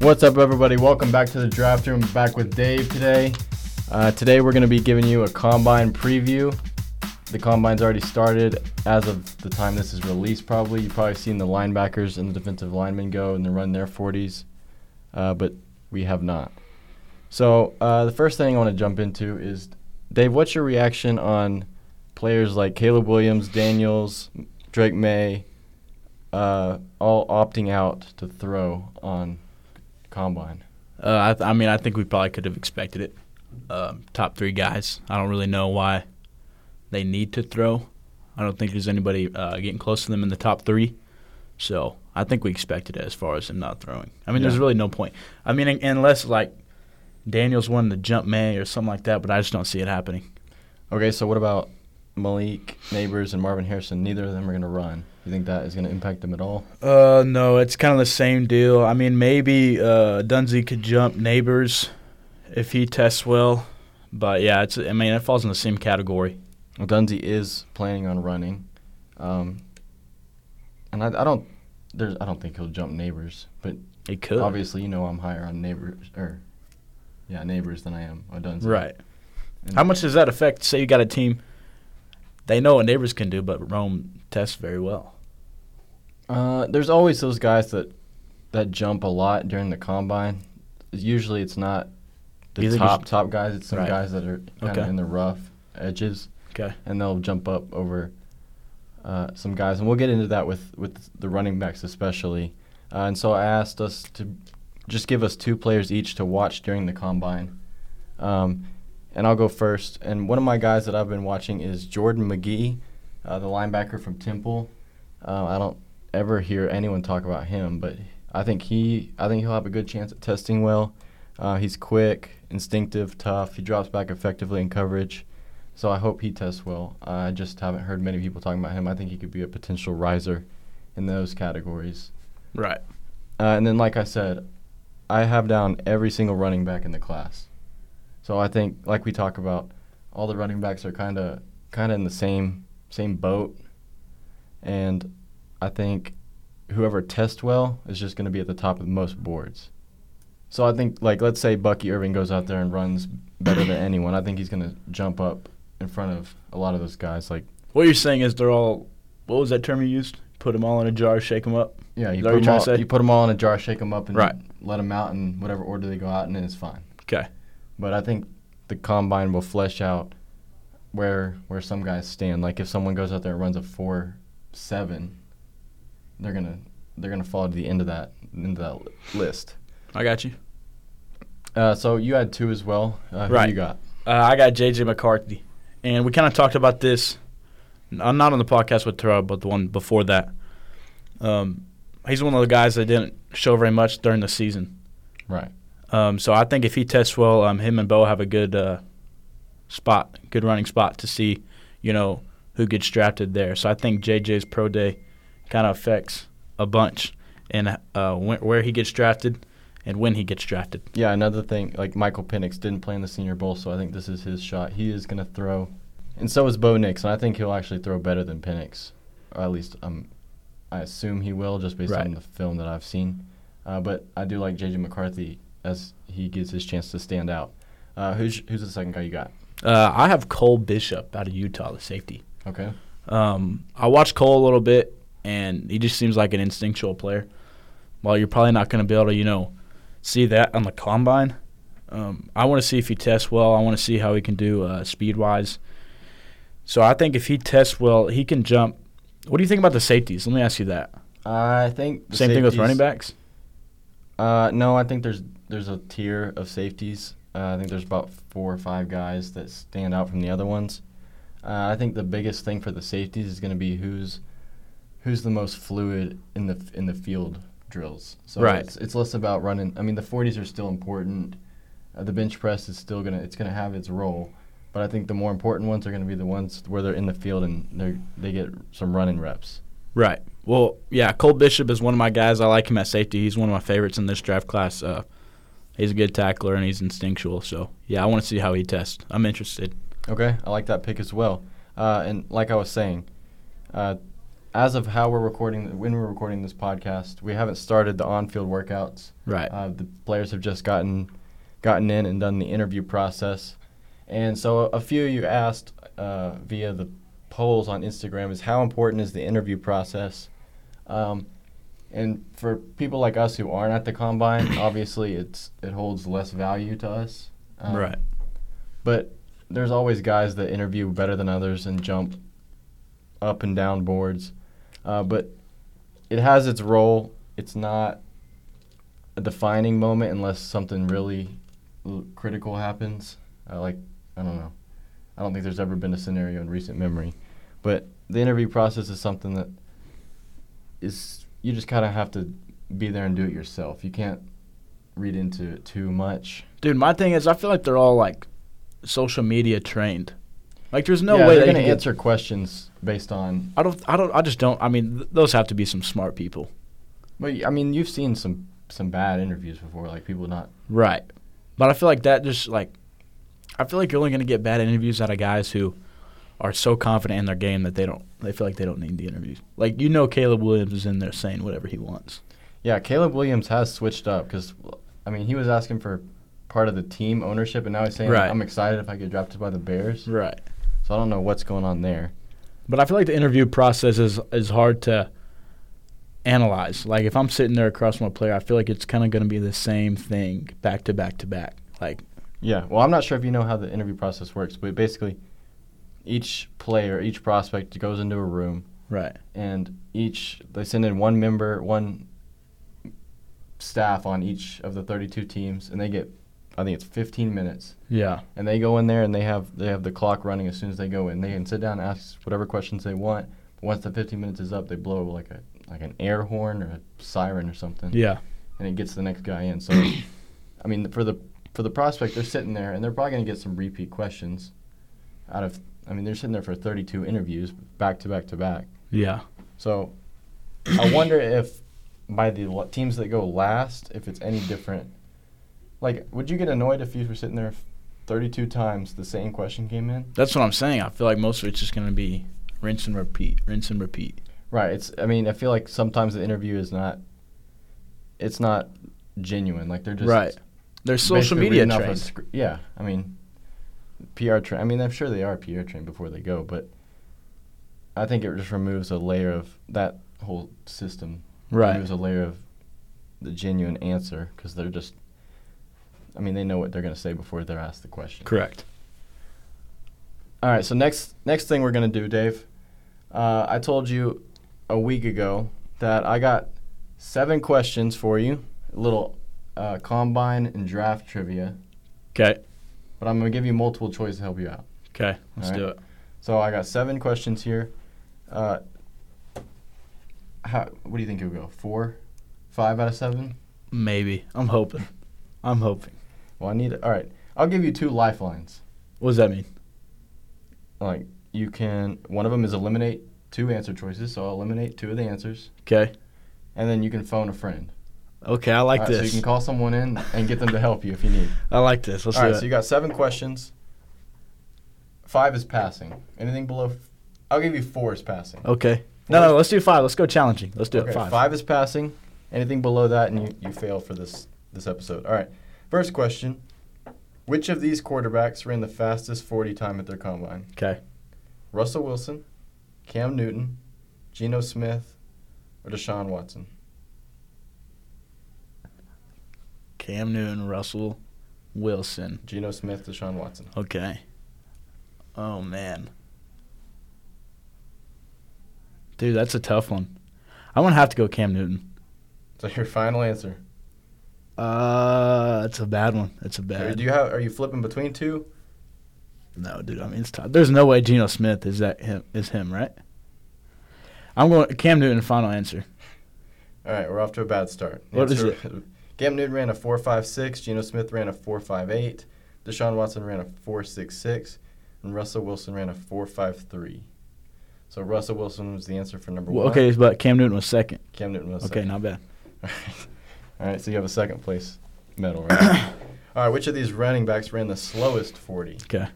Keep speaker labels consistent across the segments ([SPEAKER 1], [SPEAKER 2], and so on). [SPEAKER 1] What's up, everybody? Welcome back to the draft room. Back with Dave today. Uh, today, we're going to be giving you a combine preview. The combine's already started as of the time this is released, probably. You've probably seen the linebackers and the defensive linemen go and they run their 40s, uh, but we have not. So, uh, the first thing I want to jump into is Dave, what's your reaction on players like Caleb Williams, Daniels, Drake May, uh, all opting out to throw on combine?
[SPEAKER 2] Uh, I, th- I mean, I think we probably could have expected it. Um, top three guys. I don't really know why they need to throw. I don't think there's anybody uh, getting close to them in the top three. So I think we expected it as far as him not throwing. I mean, there's
[SPEAKER 1] Yeah.
[SPEAKER 2] really no point. I mean, un- unless like Daniels wanted to jump May or something like that, but I just don't see it happening.
[SPEAKER 1] Okay, so what about Malik Neighbors and Marvin Harrison? Neither of them are going to run. You think that is going to impact them at all?
[SPEAKER 2] Uh, no, it's kind of the same deal. I mean, maybe uh, Dunzi could jump neighbors if he tests well, but yeah, it's. I mean, it falls in the same category.
[SPEAKER 1] Well, Dunzi is planning on running, um, and I, I don't. There's, I don't think he'll jump Neighbors, but
[SPEAKER 2] It could.
[SPEAKER 1] obviously, you know, I'm higher on Neighbors or yeah, Neighbors than I am on Dunzi.
[SPEAKER 2] Right.
[SPEAKER 1] And-
[SPEAKER 2] How much does that affect? Say you got a team, they know what neighbors can do, but Rome tests very well.
[SPEAKER 1] Uh, there's always those guys that that jump a lot during the combine. Usually, it's not the
[SPEAKER 2] You think
[SPEAKER 1] top
[SPEAKER 2] it's-
[SPEAKER 1] top guys. It's some
[SPEAKER 2] Right.
[SPEAKER 1] guys that are kind of
[SPEAKER 2] Okay.
[SPEAKER 1] in the rough edges.
[SPEAKER 2] Okay.
[SPEAKER 1] and they'll jump up over uh, some guys, and we'll get into that with with the running backs especially. Uh, and so I asked us to just give us two players each to watch during the combine. Um, and I'll go first. And one of my guys that I've been watching is Jordan McGee, uh, the linebacker from Temple. Uh, I don't ever hear anyone talk about him, but I think he I think he'll have a good chance at testing well. Uh, he's quick, instinctive, tough. He drops back effectively in coverage. So I hope he tests well. I just haven't heard many people talking about him. I think he could be a potential riser in those categories.
[SPEAKER 2] Right.
[SPEAKER 1] Uh, and then, like I said, I have down every single running back in the class. So I think, like we talk about, all the running backs are kind of kind of in the same same boat. And I think whoever tests well is just going to be at the top of most boards. So I think, like, let's say Bucky Irving goes out there and runs better than anyone. I think he's going to jump up in front of a lot of those guys. Like,
[SPEAKER 2] What you're saying is they're all. What was that term you used? Put them all in a jar, shake them up.
[SPEAKER 1] yeah, you
[SPEAKER 2] Is
[SPEAKER 1] put,
[SPEAKER 2] that what you're
[SPEAKER 1] them
[SPEAKER 2] trying
[SPEAKER 1] all,
[SPEAKER 2] to say?
[SPEAKER 1] you put 'em all in a jar, shake them up, and
[SPEAKER 2] Right.
[SPEAKER 1] let them out in whatever order they go out, and then it's fine.
[SPEAKER 2] Okay.
[SPEAKER 1] But I think the combine will flesh out where where some guys stand. Like if someone goes out there and runs a four seven, they're gonna they're gonna fall to the end of that end of that li- list.
[SPEAKER 2] I got you.
[SPEAKER 1] Uh, so you had two as well. Uh, who
[SPEAKER 2] Right.
[SPEAKER 1] You got
[SPEAKER 2] Uh, I got JJ McCarthy, and we kind of talked about this. I'm not on the podcast with Terrell, but the one before that. Um, he's one of the guys that didn't show very much during the season.
[SPEAKER 1] Right.
[SPEAKER 2] Um, so I think if he tests well, um, him and Bo have a good uh, spot, good running spot to see, you know, who gets drafted there. So I think JJ's pro day kind of affects a bunch and uh, when, where he gets drafted and when he gets drafted.
[SPEAKER 1] yeah. Another thing, like Michael Penix didn't play in the Senior Bowl, so I think this is his shot. He is gonna throw, and so is Bo Nix, and I think he'll actually throw better than Penix, or at least um, I assume he will, just based
[SPEAKER 2] Right.
[SPEAKER 1] on the film that I've seen. Uh, but I do like JJ McCarthy as he gets his chance to stand out. Uh, who's who's the second guy you got?
[SPEAKER 2] Uh, I have Cole Bishop out of Utah, the safety.
[SPEAKER 1] Okay.
[SPEAKER 2] Um, I watched Cole a little bit, and he just seems like an instinctual player. While you're probably not going to be able to, you know, see that on the combine, um, I want to see if he tests well. I want to see how he can do uh, speed wise. So I think if he tests well, he can jump. What do you think about the safeties? Let me ask you that.
[SPEAKER 1] I think the
[SPEAKER 2] Same thing with
[SPEAKER 1] safeties-
[SPEAKER 2] running backs.
[SPEAKER 1] Uh, no, I think there's there's a tier of safeties. Uh, I think there's about four or five guys that stand out from the other ones. Uh, I think the biggest thing for the safeties is going to be who's who's the most fluid in the in the field drills. So
[SPEAKER 2] Right.
[SPEAKER 1] it's, it's less about running. I mean, the 40s are still important. Uh, the bench press is still gonna it's gonna have its role, but I think the more important ones are going to be the ones where they're in the field and they they get some running reps.
[SPEAKER 2] Right. Well, yeah, Cole Bishop is one of my guys. I like him at safety. He's one of my favorites in this draft class. Uh, he's a good tackler and he's instinctual. So, yeah, I want to see how he tests. I'm interested.
[SPEAKER 1] Okay, I like that pick as well. Uh, and like I was saying, uh, as of how we're recording, when we're recording this podcast, we haven't started the on-field workouts.
[SPEAKER 2] Right.
[SPEAKER 1] Uh, the players have just gotten gotten in and done the interview process, and so a few of you asked uh, via the polls on Instagram is how important is the interview process, um, and for people like us who aren't at the combine, obviously it's it holds less value to us. Um,
[SPEAKER 2] right.
[SPEAKER 1] But there's always guys that interview better than others and jump up and down boards. Uh, but it has its role. It's not a defining moment unless something really l- critical happens. Uh, like, I don't know. I don't think there's ever been a scenario in recent memory. But the interview process is something that is, you just kind of have to be there and do it yourself. You can't read into it too much.
[SPEAKER 2] Dude, my thing is, I feel like they're all like social media trained. Like, there's no
[SPEAKER 1] yeah,
[SPEAKER 2] way
[SPEAKER 1] they're
[SPEAKER 2] they
[SPEAKER 1] going to
[SPEAKER 2] can get-
[SPEAKER 1] answer questions based on.
[SPEAKER 2] I don't. I don't. I just don't. I mean, th- those have to be some smart people.
[SPEAKER 1] But y- I mean, you've seen some some bad interviews before, like people not.
[SPEAKER 2] Right. But I feel like that just like, I feel like you're only gonna get bad interviews out of guys who are so confident in their game that they don't. They feel like they don't need the interviews. Like you know, Caleb Williams is in there saying whatever he wants.
[SPEAKER 1] Yeah, Caleb Williams has switched up because, I mean, he was asking for part of the team ownership, and now he's saying
[SPEAKER 2] Right.
[SPEAKER 1] I'm excited if I get drafted by the Bears.
[SPEAKER 2] Right.
[SPEAKER 1] So I don't know what's going on there.
[SPEAKER 2] But I feel like the interview process is is hard to analyze. Like if I'm sitting there across from a player, I feel like it's kind of gonna be the same thing back to back to back. Like
[SPEAKER 1] Yeah, well, I'm not sure if you know how the interview process works, but basically, each player, each prospect goes into a room,
[SPEAKER 2] right.
[SPEAKER 1] and each they send in one member, one staff on each of the 32 teams, and they get, I think it's 15 minutes.
[SPEAKER 2] Yeah.
[SPEAKER 1] and they go in there and they have they have the clock running as soon as they go in. They can sit down and ask whatever questions they want. But once the 15 minutes is up, they blow like a like an air horn or a siren or something,
[SPEAKER 2] Yeah.
[SPEAKER 1] and it gets the next guy in. So, I mean, for the for the prospect, they're sitting there and they're probably going to get some repeat questions. Out of I mean, they're sitting there for 32 interviews back to back to back.
[SPEAKER 2] Yeah.
[SPEAKER 1] So, I wonder if by the la- teams that go last, if it's any different. Like, would you get annoyed if you were sitting there 32 times the same question came in?
[SPEAKER 2] That's what I'm saying. I feel like most of it's just gonna be rinse and repeat, rinse and repeat.
[SPEAKER 1] Right. It's. I mean, I feel like sometimes the interview is not. It's not genuine. Like they're just
[SPEAKER 2] Right. There's social
[SPEAKER 1] basically
[SPEAKER 2] media
[SPEAKER 1] reading off a
[SPEAKER 2] trained.
[SPEAKER 1] scr- yeah. I mean, PR train. I mean, I'm sure they are PR trained before they go, but I think it just removes a layer of that whole system
[SPEAKER 2] Right.
[SPEAKER 1] There's a layer of the genuine answer because they're just. I mean, they know what they're going to say before they're asked the question.
[SPEAKER 2] Correct.
[SPEAKER 1] All right. So next, next thing we're going to do, Dave. Uh, I told you a week ago that I got seven questions for you, a little uh, combine and draft trivia,
[SPEAKER 2] Okay.
[SPEAKER 1] but I'm going to give you multiple choice to help you out.
[SPEAKER 2] Okay. Let's
[SPEAKER 1] All
[SPEAKER 2] do it.
[SPEAKER 1] So I got seven questions here. Uh, how, what do you think it would go? Four, five out of seven?
[SPEAKER 2] Maybe. I'm hoping. I'm hoping.
[SPEAKER 1] Well, I need. All right, I'll give you two lifelines.
[SPEAKER 2] What does that mean?
[SPEAKER 1] Like you can. One of them is eliminate two answer choices, so I'll eliminate two of the answers,
[SPEAKER 2] Okay.
[SPEAKER 1] and then you can phone a friend.
[SPEAKER 2] Okay. I like
[SPEAKER 1] All right, So you
[SPEAKER 2] this.
[SPEAKER 1] can call someone in and get them to help you if you need.
[SPEAKER 2] I like this. Let's
[SPEAKER 1] All
[SPEAKER 2] do
[SPEAKER 1] right,
[SPEAKER 2] it.
[SPEAKER 1] so you got seven questions. Five is passing. Anything below, f- I'll give you four is passing.
[SPEAKER 2] okay. No, no. Let's do five. Let's go challenging. Let's do
[SPEAKER 1] Okay,
[SPEAKER 2] it. Five.
[SPEAKER 1] is passing. Anything below that, and you, you fail for this this episode. All right. First question: Which of these quarterbacks ran the fastest forty time at their combine?
[SPEAKER 2] Okay.
[SPEAKER 1] Russell Wilson, Cam Newton, Geno Smith, or Deshaun Watson?
[SPEAKER 2] Cam Newton, Russell Wilson.
[SPEAKER 1] Geno Smith, Deshaun Watson.
[SPEAKER 2] Okay. Oh man. Dude, that's a tough one. I'm gonna have to go Cam Newton.
[SPEAKER 1] So your final answer.
[SPEAKER 2] Uh, that's a bad one. That's a
[SPEAKER 1] Or
[SPEAKER 2] bad.
[SPEAKER 1] Do you have? Are you flipping between two?
[SPEAKER 2] no, dude. I mean, it's tough. There's no way Geno Smith is that him is him, right? I'm going Cam Newton. Final answer.
[SPEAKER 1] All right, we're off to a bad start.
[SPEAKER 2] What is
[SPEAKER 1] it? Cam Newton ran a four five six. Geno Smith ran a four five eight. Deshaun Watson ran a four six six, and Russell Wilson ran a four five three. So Russell Wilson was the answer for number
[SPEAKER 2] Well,
[SPEAKER 1] one.
[SPEAKER 2] okay, but Cam Newton was second.
[SPEAKER 1] Cam Newton was
[SPEAKER 2] okay, not bad.
[SPEAKER 1] All right, so you have a second place medal, right? All right, which of these running backs ran the slowest 40?
[SPEAKER 2] Okay.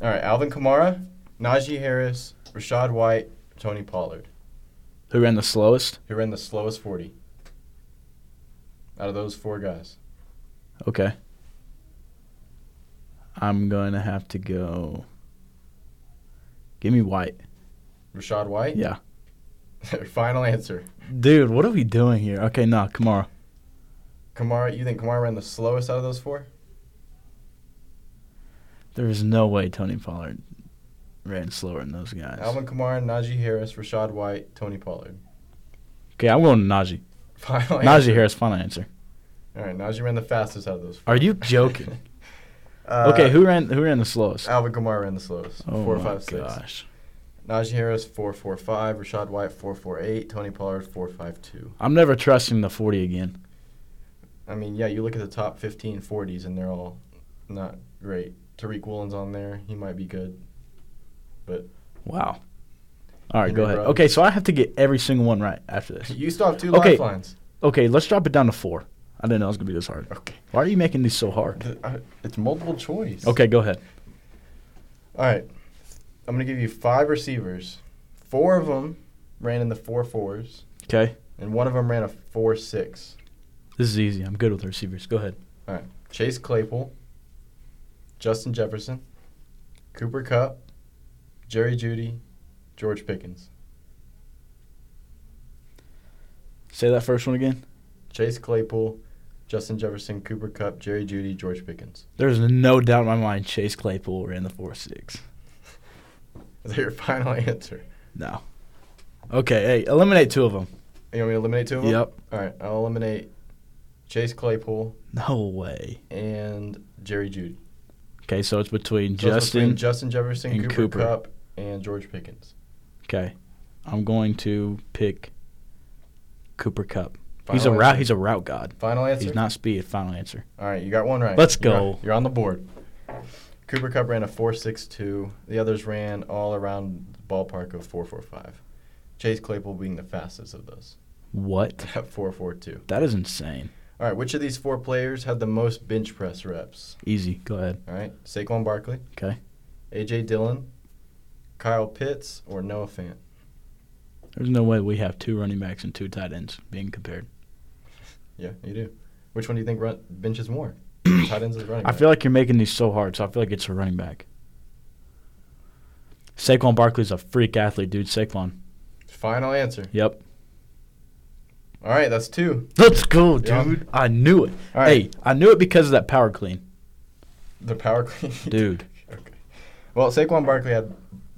[SPEAKER 1] All right, Alvin Kamara, Najee Harris, Rashad White, Tony Pollard.
[SPEAKER 2] Who ran the slowest?
[SPEAKER 1] Who ran the slowest 40? Out of those four guys.
[SPEAKER 2] Okay. I'm going to have to go. Give me White.
[SPEAKER 1] Rashad White?
[SPEAKER 2] Yeah.
[SPEAKER 1] Final answer.
[SPEAKER 2] Dude, what are we doing here? Okay, no, Kamara.
[SPEAKER 1] Kamara, you think Kamara ran the slowest out of those four?
[SPEAKER 2] There is no way Tony Pollard ran slower than those guys.
[SPEAKER 1] Alvin Kamara, Najee Harris, Rashad White, Tony Pollard.
[SPEAKER 2] Okay, I'm going to Najee.
[SPEAKER 1] Final
[SPEAKER 2] Najee Harris, final answer.
[SPEAKER 1] All right, Najee ran the fastest out of those four.
[SPEAKER 2] Are you joking?
[SPEAKER 1] Uh,
[SPEAKER 2] okay, who ran who ran the slowest?
[SPEAKER 1] Alvin Kamara ran the slowest.
[SPEAKER 2] Oh
[SPEAKER 1] four,
[SPEAKER 2] my
[SPEAKER 1] five, six.
[SPEAKER 2] gosh.
[SPEAKER 1] Najee Harris, four, four, five. Rashad White, four, four, eight. Tony Pollard, four, five, two.
[SPEAKER 2] I'm never trusting the 40 again.
[SPEAKER 1] I mean, yeah, you look at the top 15 40s, and they're all not great. Tariq Woolen's on there. He might be good.
[SPEAKER 2] Wow. All right,
[SPEAKER 1] Henry
[SPEAKER 2] go ahead.
[SPEAKER 1] Ruggs.
[SPEAKER 2] Okay, so I have to get every single one right after this.
[SPEAKER 1] You still have two
[SPEAKER 2] Okay.
[SPEAKER 1] lifelines.
[SPEAKER 2] Okay, let's drop it down to four. I didn't know it was going to be this hard.
[SPEAKER 1] Okay.
[SPEAKER 2] Why are you making these so hard?
[SPEAKER 1] Th- I- It's multiple choice.
[SPEAKER 2] Okay, go ahead.
[SPEAKER 1] All right. I'm going to give you five receivers. Four of them ran in the four fours,
[SPEAKER 2] Okay.
[SPEAKER 1] and one of them ran a four six.
[SPEAKER 2] This is easy. I'm good with receivers. Go ahead.
[SPEAKER 1] Chase Claypool, Justin Jefferson, Cooper Cup, Jerry Judy, George Pickens.
[SPEAKER 2] Say that first one again.
[SPEAKER 1] Chase Claypool, Justin Jefferson, Cooper Cup, Jerry Judy, George Pickens.
[SPEAKER 2] There's no doubt in my mind Chase Claypool ran the 4 6.
[SPEAKER 1] Is that your final answer?
[SPEAKER 2] No. Okay, hey, eliminate two of them.
[SPEAKER 1] You want me to eliminate two of them?
[SPEAKER 2] Yep.
[SPEAKER 1] All right, I'll eliminate Chase Claypool
[SPEAKER 2] No way.
[SPEAKER 1] and Jerry Judy.
[SPEAKER 2] Okay, so it's between
[SPEAKER 1] So it's
[SPEAKER 2] Justin.
[SPEAKER 1] between Justin Jefferson,
[SPEAKER 2] and
[SPEAKER 1] Cooper,
[SPEAKER 2] Cooper.
[SPEAKER 1] Cup, and George Pickens.
[SPEAKER 2] okay. I'm going to pick Cooper Cup.
[SPEAKER 1] Final
[SPEAKER 2] he's a route
[SPEAKER 1] answer.
[SPEAKER 2] he's a route god.
[SPEAKER 1] Final answer.
[SPEAKER 2] He's not speed, final answer.
[SPEAKER 1] All right, you got one right.
[SPEAKER 2] Let's
[SPEAKER 1] You're-
[SPEAKER 2] go.
[SPEAKER 1] You're, on the board. Cooper Cup ran a 4.62. The others ran all around the ballpark of 4.45. Chase Claypool being the fastest of those
[SPEAKER 2] What?
[SPEAKER 1] at 4.42.
[SPEAKER 2] That is insane.
[SPEAKER 1] All right, which of these four players had the most bench press reps?
[SPEAKER 2] Easy. Go ahead.
[SPEAKER 1] All right, Saquon Barkley,
[SPEAKER 2] Okay.
[SPEAKER 1] A.J. Dillon, Kyle Pitts, or Noah Fant?
[SPEAKER 2] There's no way we have two running backs and two tight ends being compared.
[SPEAKER 1] Yeah, you do. Which one do you think run- benches more? Tight ends is running.
[SPEAKER 2] I
[SPEAKER 1] back.
[SPEAKER 2] feel like you're making these so hard, so I feel like it's a running back. Saquon Barkley's a freak athlete, dude. Saquon.
[SPEAKER 1] Final answer.
[SPEAKER 2] Yep.
[SPEAKER 1] All right, that's two.
[SPEAKER 2] Let's go,
[SPEAKER 1] Yeah.
[SPEAKER 2] dude. I knew it.
[SPEAKER 1] All right,
[SPEAKER 2] Hey, I knew it because of that power clean.
[SPEAKER 1] the power clean.
[SPEAKER 2] Dude.
[SPEAKER 1] Okay. Well, Saquon Barkley had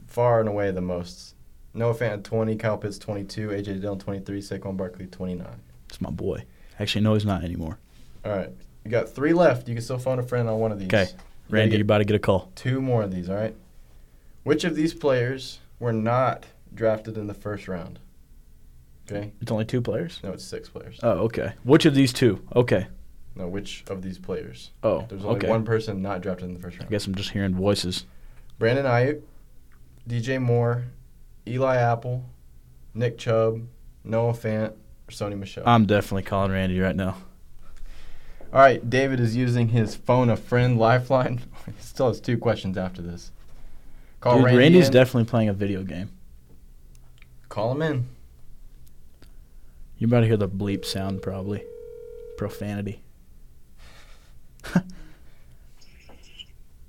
[SPEAKER 1] far and away the most. Noah Fant had 20, Kyle Pitts 22, AJ Dillon 23, Saquon Barkley 29.
[SPEAKER 2] It's my boy. Actually, no, he's not anymore.
[SPEAKER 1] All right. You got three left. You can still phone a friend on one of these.
[SPEAKER 2] 'Kay.
[SPEAKER 1] You
[SPEAKER 2] Randy,
[SPEAKER 1] gotta
[SPEAKER 2] you're
[SPEAKER 1] get
[SPEAKER 2] about to get a call.
[SPEAKER 1] two more of these, all right? Which of these players were not drafted in the first round? Okay.
[SPEAKER 2] It's only two players?
[SPEAKER 1] No, it's six players.
[SPEAKER 2] Oh, okay. Which of these two? Okay.
[SPEAKER 1] No, which of these players?
[SPEAKER 2] Oh,
[SPEAKER 1] There's only
[SPEAKER 2] okay.
[SPEAKER 1] one person not drafted in the first
[SPEAKER 2] I
[SPEAKER 1] round.
[SPEAKER 2] guess I'm just hearing voices.
[SPEAKER 1] Brandon Ayuk, DJ Moore, Eli Apple, Nick Chubb, Noah Fant, or Sony Michelle.
[SPEAKER 2] I'm definitely calling Randy right now.
[SPEAKER 1] All right, David is using his phone a friend lifeline. he still has two questions after this. Call
[SPEAKER 2] Dude,
[SPEAKER 1] Randy
[SPEAKER 2] Randy's
[SPEAKER 1] in.
[SPEAKER 2] definitely playing a video game.
[SPEAKER 1] Call him in.
[SPEAKER 2] You're about to hear the bleep sound, probably. Profanity.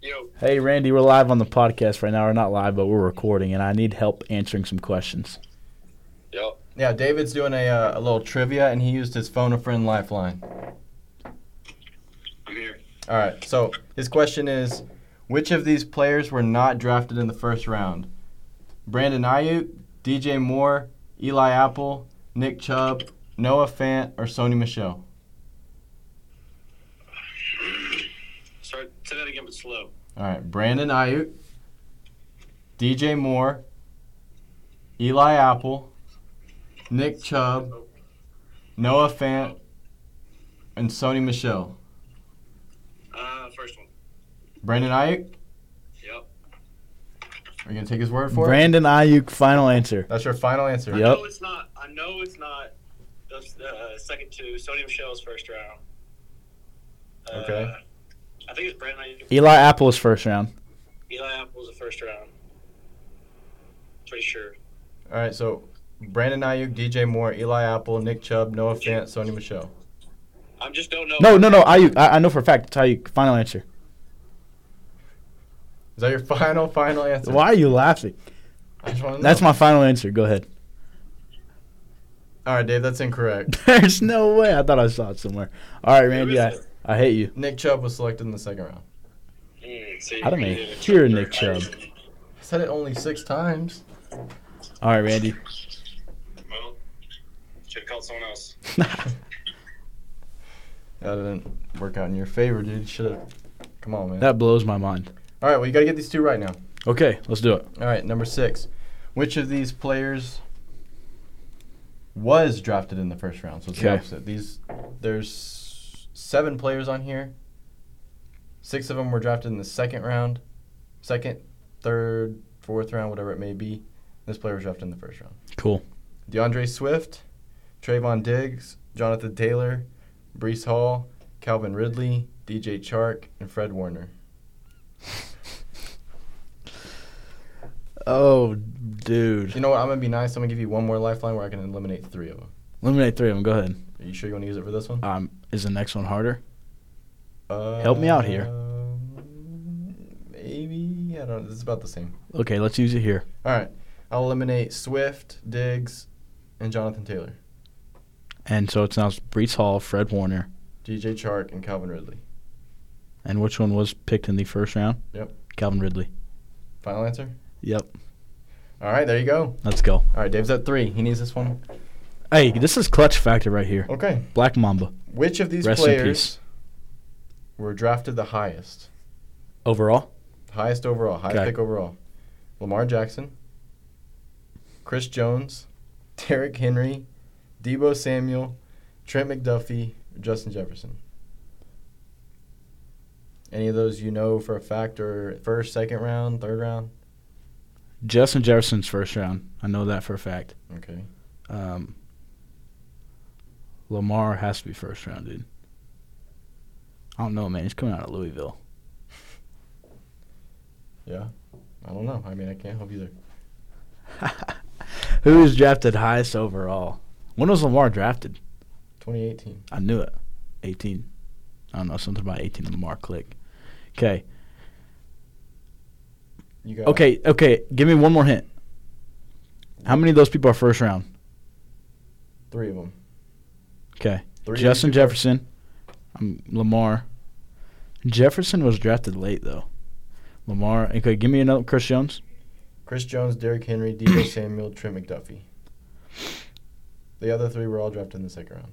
[SPEAKER 3] Yo,
[SPEAKER 2] Hey, Randy, we're live on the podcast right now. We're not live, but we're recording, and I need help answering some questions.
[SPEAKER 3] yo,
[SPEAKER 1] Yeah, David's doing a, uh, a little trivia, and he used his phone a friend lifeline.
[SPEAKER 3] I'm here.
[SPEAKER 1] All right, so his question is Which of these players were not drafted in the first round? Brandon Ayuk, DJ Moore, Eli Apple, Nick Chubb, Noah Fant, or Sony Michelle?
[SPEAKER 3] Sorry, say that again, but slow.
[SPEAKER 1] All right, Brandon Ayuk, DJ Moore, Eli Apple, Nick Chubb,
[SPEAKER 2] Um,
[SPEAKER 1] Noah Fant, and Sony Michelle.
[SPEAKER 3] Uh, first one.
[SPEAKER 1] Brandon Ayuk,
[SPEAKER 3] Yep.
[SPEAKER 1] are you going to take his word for it?
[SPEAKER 2] Brandon Ayuk, final answer.
[SPEAKER 1] That's your final answer.
[SPEAKER 3] I
[SPEAKER 2] Yep.
[SPEAKER 3] know it's not. I know it's not. Those uh, second two. Sodium Shell's first round. Uh,
[SPEAKER 1] Okay.
[SPEAKER 3] I think it's Brandon. Ayuk.
[SPEAKER 2] Eli Apple is first round.
[SPEAKER 3] Eli Apple's the first round. Pretty sure.
[SPEAKER 1] All right, so Brandon Ayuk, DJ Moore, Eli Apple, Nick Chubb, Noah Fant, Sony Michelle.
[SPEAKER 3] I just don't know.
[SPEAKER 2] No, no, no. Ayuk. I, I know for a fact. It's Ayuk. Final answer.
[SPEAKER 1] Is that your final, final answer?
[SPEAKER 2] Why are you laughing?
[SPEAKER 1] I just wanna know.
[SPEAKER 2] That's my final answer. Go ahead.
[SPEAKER 1] All right, Dave, that's incorrect.
[SPEAKER 2] There's no way. I thought I saw it somewhere. All right, Randy. I, I hate you.
[SPEAKER 1] Nick Chubb was selected in the second round.
[SPEAKER 3] Mm, so
[SPEAKER 2] I don't
[SPEAKER 3] you
[SPEAKER 2] know.
[SPEAKER 3] did it.
[SPEAKER 2] You're Nick Chubb.
[SPEAKER 1] I said it only six times.
[SPEAKER 2] All right, Randy.
[SPEAKER 3] Well, should have called someone else.
[SPEAKER 1] That didn't work out in your favor, dude. Should have. Come on, man.
[SPEAKER 2] that blows my mind.
[SPEAKER 1] All right, well, you got to get these two right now.
[SPEAKER 2] Okay, let's do it.
[SPEAKER 1] All right, number six. Which of these players was drafted in the first round? So it's the
[SPEAKER 2] Okay.
[SPEAKER 1] opposite. These there's seven players on here. Six of them were drafted in the second round, second, third, fourth round, whatever it may be. This player was drafted in the first round.
[SPEAKER 2] Cool.
[SPEAKER 1] DeAndre Swift, Trayvon Diggs, Jonathan Taylor, Brees Hall, Calvin Ridley, DJ Chark, and Fred Warner.
[SPEAKER 2] Oh, dude.
[SPEAKER 1] You know what? I'm gonna be nice. I'm gonna give you one more lifeline where I can eliminate three of them.
[SPEAKER 2] Eliminate three of them. Go ahead.
[SPEAKER 1] Are you sure you want to use it for this one?
[SPEAKER 2] Um, is the next one harder?
[SPEAKER 1] Uh,
[SPEAKER 2] Help me out here.
[SPEAKER 1] Um, Maybe I don't. It's about the same.
[SPEAKER 2] Okay, let's use it here.
[SPEAKER 1] All right, I'll eliminate Swift, Diggs, and Jonathan Taylor,
[SPEAKER 2] And so it's now Brees Hall, Fred Warner,
[SPEAKER 1] DJ Chark, and Calvin Ridley.
[SPEAKER 2] and which one was picked in the first round?
[SPEAKER 1] Yep.
[SPEAKER 2] Calvin Ridley.
[SPEAKER 1] Final answer.
[SPEAKER 2] Yep.
[SPEAKER 1] All right, there you go.
[SPEAKER 2] Let's go.
[SPEAKER 1] All right, Dave's at three. He needs this one.
[SPEAKER 2] Hey, this is clutch factor right here.
[SPEAKER 1] Okay.
[SPEAKER 2] Black Mamba
[SPEAKER 1] Which of these
[SPEAKER 2] Rest in
[SPEAKER 1] players
[SPEAKER 2] peace.
[SPEAKER 1] were drafted the highest?
[SPEAKER 2] overall.
[SPEAKER 1] Highest overall, highest
[SPEAKER 2] Okay.
[SPEAKER 1] pick overall. Lamar Jackson, Chris Jones, Derrick Henry, Debo Samuel, Trent McDuffie, Justin Jefferson. Any of those you know for a fact or first, second round, third round?
[SPEAKER 2] Justin Jefferson's first round. I know that for a fact.
[SPEAKER 1] Okay.
[SPEAKER 2] Um, Lamar has to be first round, dude. I don't know, man. He's coming out of Louisville.
[SPEAKER 1] I don't know. I mean, I can't help either.
[SPEAKER 2] Who was drafted highest overall? When was Lamar drafted?
[SPEAKER 1] 2018.
[SPEAKER 2] I knew it. 18. I don't know. Something about 18 Lamar click. Okay.
[SPEAKER 1] You got
[SPEAKER 2] Okay. Okay. Give me one more hint. How many of those people are first round?
[SPEAKER 1] three of them.
[SPEAKER 2] Okay.
[SPEAKER 1] Three of these
[SPEAKER 2] Justin
[SPEAKER 1] people are-
[SPEAKER 2] Jefferson, um, Lamar. Jefferson was drafted late though. Lamar. Okay, give me another Chris Jones.
[SPEAKER 1] Chris Jones, Derrick Henry, Debo Samuel, Trent McDuffie. The other three were all drafted in the second round.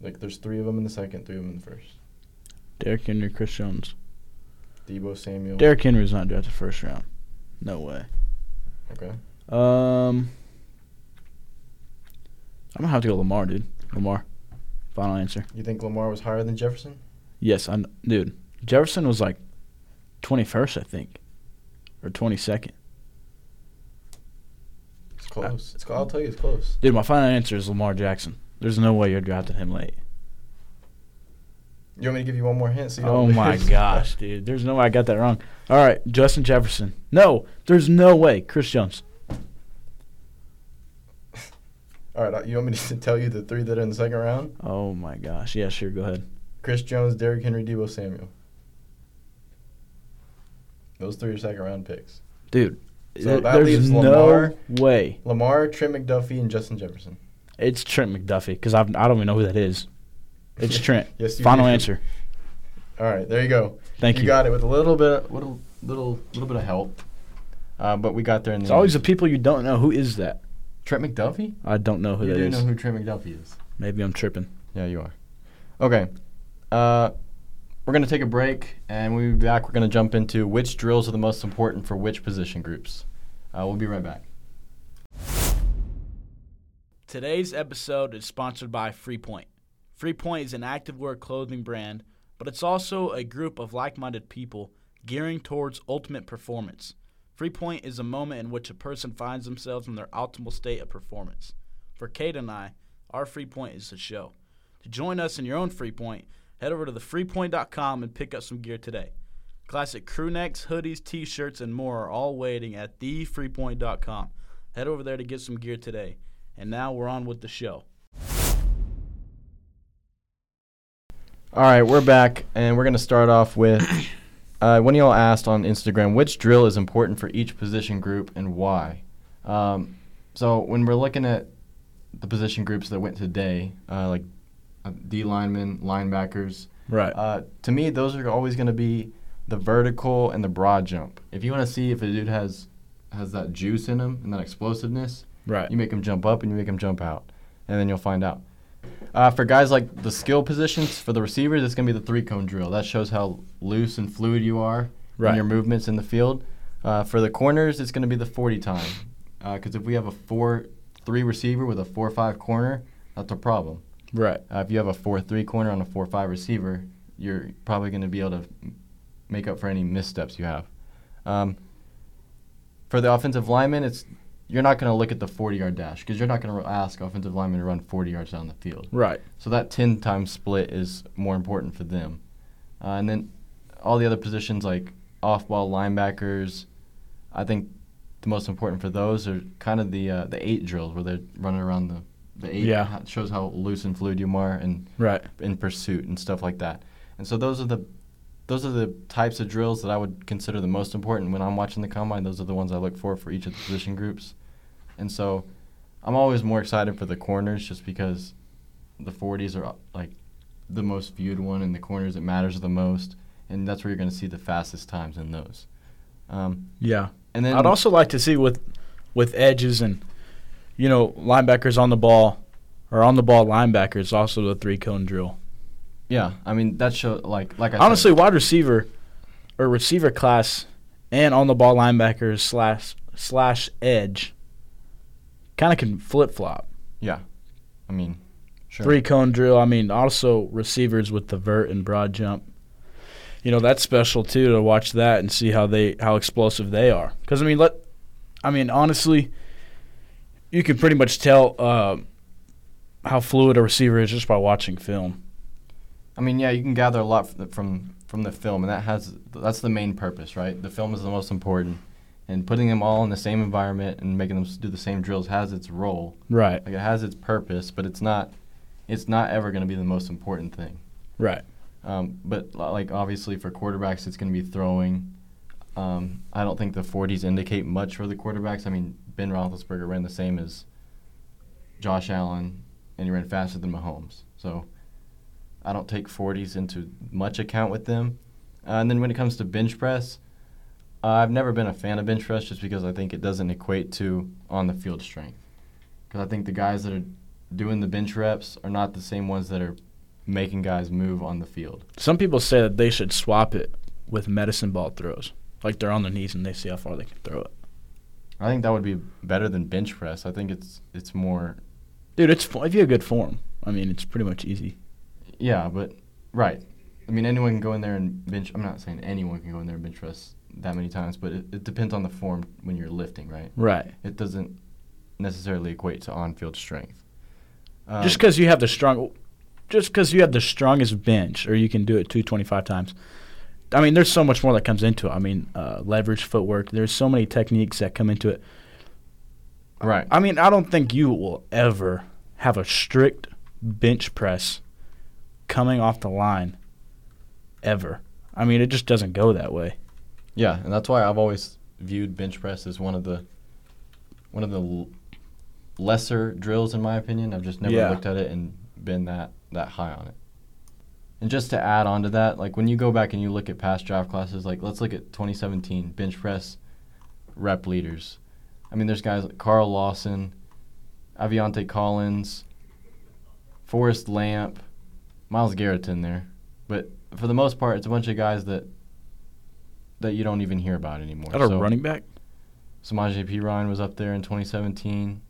[SPEAKER 1] Like, there's three of them in the second, three of them in the first.
[SPEAKER 2] Derrick Henry, Chris Jones.
[SPEAKER 1] Debo Samuel.
[SPEAKER 2] Derrick Henry was not drafted first round. No way.
[SPEAKER 1] Okay.
[SPEAKER 2] Um, I'm gonna have to go Lamar, dude. Lamar. Final answer.
[SPEAKER 1] You think Lamar was higher than Jefferson?
[SPEAKER 2] Yes, I kn- dude. Jefferson was like 21st, I think, or 22nd.
[SPEAKER 1] It's
[SPEAKER 2] Uh,
[SPEAKER 1] close. It's close. I'll tell you, it's close.
[SPEAKER 2] Dude, my final answer is Lamar Jackson. There's no way you're drafting him late.
[SPEAKER 1] You want me to give you one more hint? So you don't
[SPEAKER 2] Oh my
[SPEAKER 1] lose?
[SPEAKER 2] gosh, dude. There's no way I got that wrong. All right, Justin Jefferson. No, there's no way. Chris Jones.
[SPEAKER 1] All right. uh, You want me to tell you the three that are in the second round?
[SPEAKER 2] Oh my gosh. Yeah, sure. Go ahead.
[SPEAKER 1] Chris Jones, Derrick Henry, Debo Samuel. Those three are second round picks. So that
[SPEAKER 2] Th- there's
[SPEAKER 1] leaves
[SPEAKER 2] no
[SPEAKER 1] Lamar.
[SPEAKER 2] way.
[SPEAKER 1] Lamar, Trent McDuffie, and Justin Jefferson.
[SPEAKER 2] It's Trent McDuffie because I don't even know who that is. It's Trent.
[SPEAKER 1] Yes, you
[SPEAKER 2] Final
[SPEAKER 1] do.
[SPEAKER 2] answer.
[SPEAKER 1] All right. There you go.
[SPEAKER 2] Thank
[SPEAKER 1] you,
[SPEAKER 2] you.
[SPEAKER 1] got it with a little bit, with a little, little bit of help. Uh, but we got there in the
[SPEAKER 2] it's always the
[SPEAKER 1] end.
[SPEAKER 2] people you don't know. Who is that?
[SPEAKER 1] Trent McDuffie.
[SPEAKER 2] I don't know who
[SPEAKER 1] you
[SPEAKER 2] that
[SPEAKER 1] do
[SPEAKER 2] is.
[SPEAKER 1] know who Trent McDuffie is.
[SPEAKER 2] Maybe I'm tripping.
[SPEAKER 1] Yeah, you are. Okay, uh, we're gonna take a break, and when we be back. We're gonna jump into which drills are the most important for which position groups. Uh, we'll be right back.
[SPEAKER 2] Today's episode is sponsored by FreePoint. FreePoint is an activewear clothing brand, but it's also a group of like minded people gearing towards ultimate performance. FreePoint is a moment in which a person finds themselves in their optimal state of performance. For Kate and I, our FreePoint is the show. To join us in your own FreePoint, head over to thefreepoint.com and pick up some gear today. Classic crew necks, hoodies, t shirts, and more are all waiting at thefreepoint.com. Head over there to get some gear today. And now we're on with the show.
[SPEAKER 1] All right, we're back, and we're going to start off with uh, one of y'all asked on Instagram which drill is important for each position group and why. Um, so when we're looking at the position groups that went today, uh, like uh, D linemen, linebackers,
[SPEAKER 2] Right.
[SPEAKER 1] uh, to me those are always going to be the vertical and the broad jump. If you want to see if a dude has has that juice in him and that explosiveness,
[SPEAKER 2] right.
[SPEAKER 1] you make them jump up and you make them jump out, and then you'll find out. Uh, for guys like the skill positions for the receivers, it's gonna be the three cone drill. That shows how loose and fluid you are
[SPEAKER 2] Right.
[SPEAKER 1] in your movements in the field. Uh, for the corners, it's gonna be the forty time, because if we have a four three receiver with a four five corner, that's a problem.
[SPEAKER 2] Right.
[SPEAKER 1] Uh, if you have a four three corner on a four five receiver, you're probably going to be able to make up for any missteps you have. Um, for the offensive lineman, it's you're not going to look at the 40 yard dash because you're not going to ask offensive linemen to run 40 yards down the field.
[SPEAKER 2] Right.
[SPEAKER 1] So that 10 time split is more important for them. Uh, and then all the other positions like off ball linebackers, I think the most important for those are kind of the uh, the eight drills where they're running around the, the eight.
[SPEAKER 2] Yeah.
[SPEAKER 1] Ho- shows how loose and fluid you are and
[SPEAKER 2] Right.
[SPEAKER 1] in pursuit and stuff like that. And so those are the those are the types of drills that I would consider the most important when I'm watching the combine. Those are the ones I look for for each of the position groups. And so I'm always more excited for the corners just because the 40s are like the most viewed one and the corners it matters the most and that's where you're going to see the fastest times in those. Um,
[SPEAKER 2] Yeah.
[SPEAKER 1] and then
[SPEAKER 2] I'd also like to see with with edges and you know linebackers on the ball or on the ball linebackers also the three cone drill.
[SPEAKER 1] yeah, I mean that show like like I said-
[SPEAKER 2] Honestly, wide receiver or receiver class and on the ball linebackers slash slash edge kind of can flip flop.
[SPEAKER 1] I mean sure.
[SPEAKER 2] Three cone drill. I mean, also receivers with the vert and broad jump. You know that's special too to watch that and see how they how explosive they are. Because I mean, let I mean honestly, you can pretty much tell um how fluid a receiver is just by watching film.
[SPEAKER 1] I mean, yeah, you can gather a lot from the, from from the film, and that has that's the main purpose, right? The film is the most important, and putting them all in the same environment and making them s- do the same drills has its role,
[SPEAKER 2] Right.
[SPEAKER 1] like it has its purpose, but it's not it's not ever going to be the most important thing.
[SPEAKER 2] Right.
[SPEAKER 1] Um, but li- like obviously for quarterbacks, it's going to be throwing. Um, I don't think the 40s indicate much for the quarterbacks. I mean, Ben Roethlisberger ran the same as Josh Allen, and he ran faster than Mahomes. So I don't take 40s into much account with them. Uh, and then when it comes to bench press, uh, I've never been a fan of bench press just because I think it doesn't equate to on the field strength. Because I think the guys that are doing the bench reps are not the same ones that are making guys move on the field.
[SPEAKER 2] Some people say that they should swap it with medicine ball throws, like they're on their knees and they see how far they can throw it.
[SPEAKER 1] I think that would be better than bench press. I think it's it's more
[SPEAKER 2] Dude, it's fo- if you have good form. I mean, it's pretty much easy.
[SPEAKER 1] yeah, but right. I mean, anyone can go in there and bench. I'm not saying anyone can go in there and bench press that many times, but it, it depends on the form when you're lifting, right?
[SPEAKER 2] Right.
[SPEAKER 1] It doesn't necessarily equate to on-field strength. Um,
[SPEAKER 2] Just 'cause you have the strong, just 'cause you have the strongest bench, or you can do it two twenty-five times. I mean, there's so much more that comes into it. I mean, uh, leverage, footwork. There's so many techniques that come into it.
[SPEAKER 1] Uh, right,
[SPEAKER 2] I mean, I don't think you will ever have a strict bench press coming off the line ever. I mean, it just doesn't go that way.
[SPEAKER 1] yeah, and that's why I've always viewed bench press as one of the one of the l- lesser drills in my opinion. I've just never
[SPEAKER 2] Yeah.
[SPEAKER 1] looked at it and been that that high on it. And just to add on to that, like when you go back and you look at past draft classes, like let's look at 2017 bench press rep leaders. I mean, there's guys like Carl Lawson, Aviante Collins, Forrest Lamp, Miles Garrett's in there, but for the most part, it's a bunch of guys that that you don't even hear about anymore.
[SPEAKER 2] At a
[SPEAKER 1] So-
[SPEAKER 2] running back,
[SPEAKER 1] Samaje P. Ryan was up there in 2017.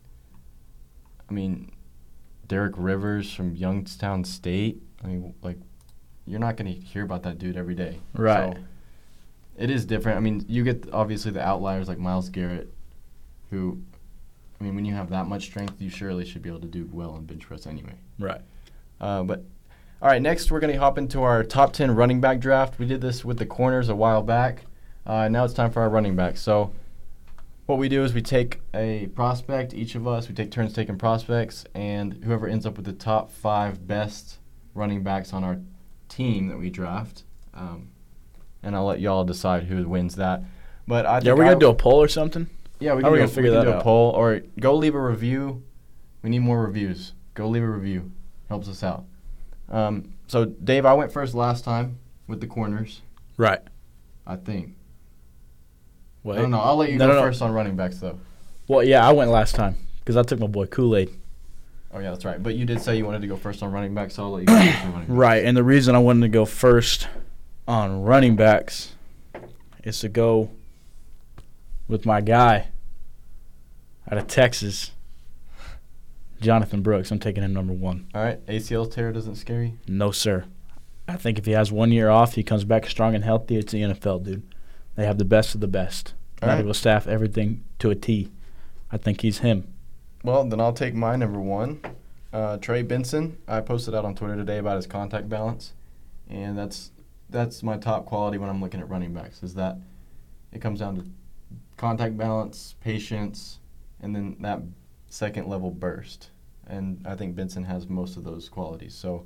[SPEAKER 1] I mean, Derek Rivers from Youngstown State. I mean, like, you're not going to hear about that dude every day.
[SPEAKER 2] Right.
[SPEAKER 1] So, it is different. I mean, you get obviously the outliers like Miles Garrett, who, I mean, when you have that much strength, you surely should be able to do well on bench press anyway.
[SPEAKER 2] Right.
[SPEAKER 1] Uh, but all right, next we're going to hop into our top 10 running back draft. We did this with the corners a while back. Uh, now it's time for our running back. So, what we do is we take a prospect, each of us, we take turns taking prospects, and whoever ends up with the top five best running backs on our team that we draft, um, and I'll let y'all decide who wins that. But I think
[SPEAKER 2] Yeah, we're
[SPEAKER 1] I
[SPEAKER 2] gonna
[SPEAKER 1] w-
[SPEAKER 2] do a poll or something.
[SPEAKER 1] yeah, we
[SPEAKER 2] How
[SPEAKER 1] can,
[SPEAKER 2] we
[SPEAKER 1] do,
[SPEAKER 2] gonna
[SPEAKER 1] a-
[SPEAKER 2] figure
[SPEAKER 1] we can
[SPEAKER 2] that
[SPEAKER 1] do a
[SPEAKER 2] out?
[SPEAKER 1] poll or go leave a review. We need more reviews. Go leave a review. Helps us out. Um, so, Dave, I went first last time with the corners,
[SPEAKER 2] Right.
[SPEAKER 1] I think.
[SPEAKER 2] Wait.
[SPEAKER 1] I don't know. I'll let you
[SPEAKER 2] No,
[SPEAKER 1] go
[SPEAKER 2] no, no.
[SPEAKER 1] first on running backs, though.
[SPEAKER 2] Well, yeah, I went last time because I took my boy Kool Aid.
[SPEAKER 1] Oh, yeah, that's right. But you did say you wanted to go first on running backs, so I'll let you go first on running backs.
[SPEAKER 2] Right, and the reason I wanted to go first on running backs is to go with my guy out of Texas, Jonathan Brooks. I'm taking him number one.
[SPEAKER 1] All right. ACL tear doesn't scare you?
[SPEAKER 2] No, sir. I think if he has one year off, he comes back strong and healthy. It's the NFL, dude. They have the best of the best.
[SPEAKER 1] All right.
[SPEAKER 2] Medical staff, everything to a T. I think he's him.
[SPEAKER 1] Well, then I'll take my number one, uh, Trey Benson. I posted out on Twitter today about his contact balance, and that's that's my top quality when I'm looking at running backs. Is that it comes down to contact balance, patience, and then that second level burst. And I think Benson has most of those qualities. So